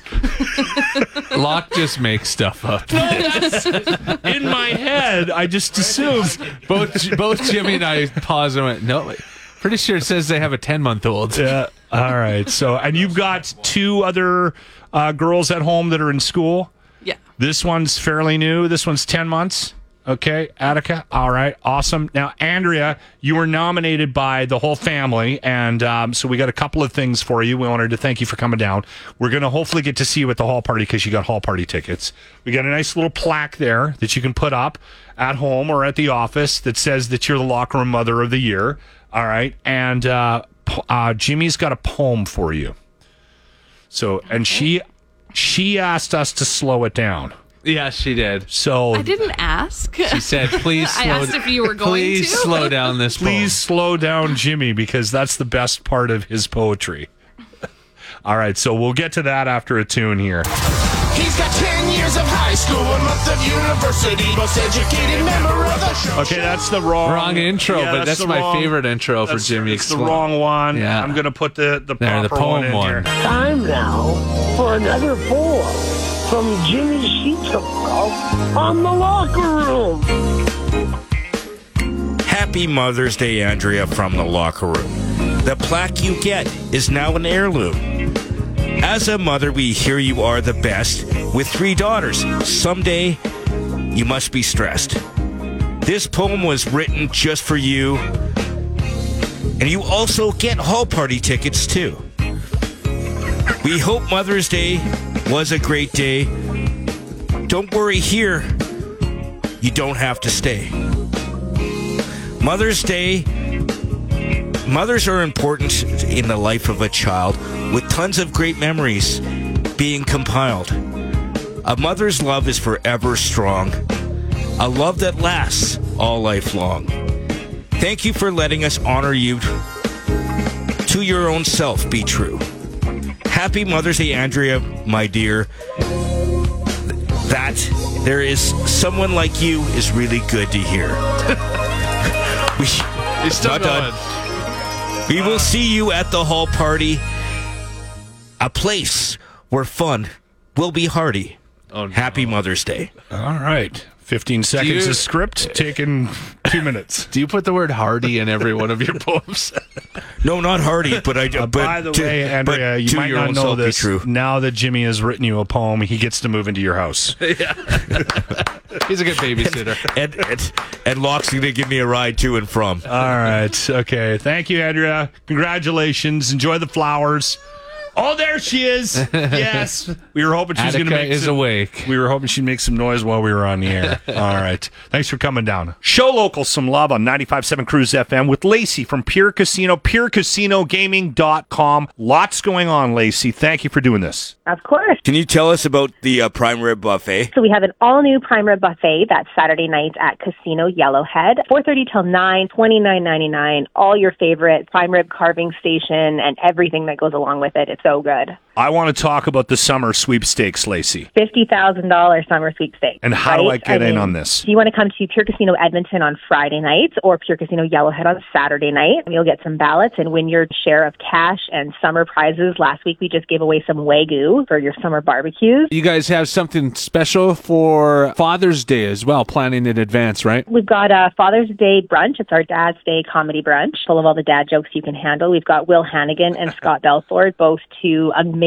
Speaker 5: Locke just makes stuff up.
Speaker 4: in my head i just assumed
Speaker 5: Both both Jimmy and I paused and went, no. Pretty sure it says they have a ten month old.
Speaker 4: Yeah. All right. So, and you've got two other uh, girls at home that are in school.
Speaker 14: Yeah.
Speaker 4: This one's fairly new. This one's 10 months. Okay. Attica. All right. Awesome. Now, Andrea, you were nominated by the whole family. And um, so we got a couple of things for you. We wanted to thank you for coming down. We're going to hopefully get to see you at the hall party because you got hall party tickets. We got a nice little plaque there that you can put up at home or at the office that says that you're the locker room mother of the year. All right. And uh, po- uh, Jimmy's got a poem for you. So, and she. She asked us to slow it down.
Speaker 5: Yeah, she did.
Speaker 4: So
Speaker 14: I didn't ask.
Speaker 5: She said, "Please
Speaker 14: I
Speaker 5: slow."
Speaker 14: asked if you were going
Speaker 5: please
Speaker 14: to.
Speaker 5: slow down this.
Speaker 4: please slow down, Jimmy, because that's the best part of his poetry. All right, so we'll get to that after a tune here.
Speaker 1: He's got 10 years of high school, a month of university, most educated member of the show.
Speaker 4: Okay, that's the wrong
Speaker 5: Wrong intro,
Speaker 4: Yeah,
Speaker 5: but that's,
Speaker 4: the
Speaker 5: my
Speaker 4: wrong-
Speaker 5: favorite intro for
Speaker 4: that's-
Speaker 5: Jimmy.
Speaker 4: It's the
Speaker 5: Explain.
Speaker 4: wrong one.
Speaker 5: Yeah.
Speaker 4: I'm gonna put the the
Speaker 5: There,
Speaker 4: proper
Speaker 5: the
Speaker 4: one
Speaker 5: poem
Speaker 4: in
Speaker 5: one.
Speaker 4: here.
Speaker 15: Time now for another four from Jimmy Sheeto on the locker room.
Speaker 6: Happy Mother's Day, Andrea, from the locker room. The plaque you get is now an heirloom. As a mother, we hear you are the best with three daughters. Someday, you must be stressed. This poem was written just for you, and you also get hall party tickets, too. We hope Mother's Day was a great day. Don't worry here, you don't have to stay. Mother's Day. Mothers are important in the life of a child with tons of great memories being compiled. A mother's love is forever strong, a love that lasts all life long. Thank you for letting us honor you to your own self be true. Happy Mother's Day, Andrea, my dear. That there is someone like you is really good to hear. We,
Speaker 5: It's still
Speaker 6: Not done.
Speaker 5: going.
Speaker 6: we will see you at the hall party, a place We're fun. We'll be hearty. Oh, Happy Mother's Day.
Speaker 4: All right. 15 seconds of script taken two minutes.
Speaker 5: Do you put the word hardy in every one of your poems?
Speaker 6: no, not hardy, but I.
Speaker 4: Uh,
Speaker 6: but
Speaker 4: by the
Speaker 6: to-
Speaker 4: way,
Speaker 6: but
Speaker 4: Andrea, you
Speaker 6: to
Speaker 4: might
Speaker 6: your
Speaker 4: not
Speaker 6: own
Speaker 4: know
Speaker 6: self be
Speaker 4: this.
Speaker 6: True.
Speaker 4: Now that Jimmy has written you a poem, he gets to move into your house.
Speaker 5: He's a good babysitter.
Speaker 6: and and, and Locke's gonna give me a ride to and from.
Speaker 4: All right. Okay. Thank you, Andrea. Congratulations. Enjoy the flowers. Oh, there she is. Yes. We were hoping she was going to
Speaker 5: Attica
Speaker 4: make
Speaker 5: is
Speaker 4: some,
Speaker 5: awake.
Speaker 4: We were hoping she'd make some noise while we were on the air. All right. Thanks for coming down. Show local some love on 95.7 Cruise FM with Lacey from Pure Casino, purecasinogaming.com. Lots going on, Lacey. Thank you for doing this.
Speaker 8: Of course.
Speaker 6: Can you tell us about the uh, prime rib buffet?
Speaker 8: So we have an all-new prime rib buffet that's Saturday nights at Casino Yellowhead, 4.30 till 9, 29.99, all your favorite prime rib carving station and everything that goes along with it. It's so good.
Speaker 4: I want to talk about the summer sweepstakes, Lacey.
Speaker 8: $50,000 summer sweepstakes.
Speaker 4: And how do I
Speaker 8: right?
Speaker 4: get in
Speaker 8: mean,
Speaker 4: on this?
Speaker 8: Do you want to come to Pure Casino Edmonton on Friday nights or Pure Casino Yellowhead on Saturday night? You'll get some ballots and win your share of cash and summer prizes. Last week we just gave away some Wagyu for your summer barbecues.
Speaker 5: You guys have something special for Father's Day as well, planning in advance, right?
Speaker 8: We've got uh, Father's Day brunch. It's our Dad's Day comedy brunch, full of all the dad jokes you can handle. We've got Will Hannigan and Scott Belford, both two amazing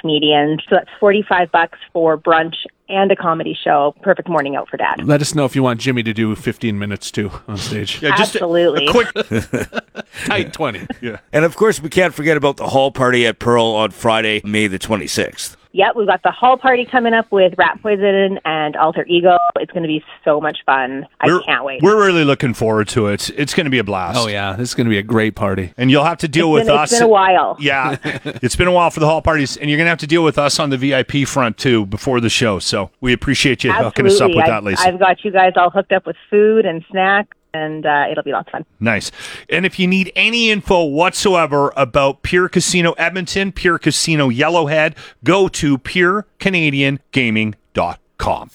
Speaker 8: comedians. So that's forty-five bucks for brunch and a comedy show. Perfect morning out for dad.
Speaker 5: Let us know if you want Jimmy to do 15 minutes too on stage.
Speaker 8: Absolutely.
Speaker 5: tight 20.
Speaker 4: Yeah.
Speaker 6: And of course, we can't forget about the hall party at Pearl on Friday, May the 26th.
Speaker 8: Yep, we've got the hall party coming up with Rat Poison and Alter Ego. It's going to be so much fun. I can't wait.
Speaker 4: We're really looking forward to it. It's going to be a blast. Oh
Speaker 5: yeah, this is going to be a great party.
Speaker 4: And you'll have to deal
Speaker 8: It's
Speaker 4: with
Speaker 8: been-
Speaker 4: us.
Speaker 8: It's been a while.
Speaker 4: Yeah, it's been a while for the hall parties, and you're going to have to deal with us on the VIP front too before the show. So we appreciate you hooking us up
Speaker 8: Absolutely.
Speaker 4: with
Speaker 8: I've,
Speaker 4: that, Lacey.
Speaker 8: I've got you guys all hooked up with food and snacks, and uh, it'll be lots of fun.
Speaker 4: Nice. And if you need any info whatsoever about Pure Casino Edmonton, Pure Casino Yellowhead, go to purecanadiangaming.com.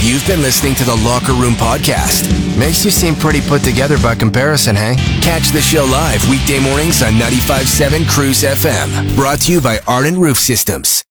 Speaker 1: You've been listening to the Locker Room Podcast. Makes you seem pretty put together by comparison, hey? Catch the show live weekday mornings on 95.7 Cruise FM. Brought to you by Ardent Roof Systems.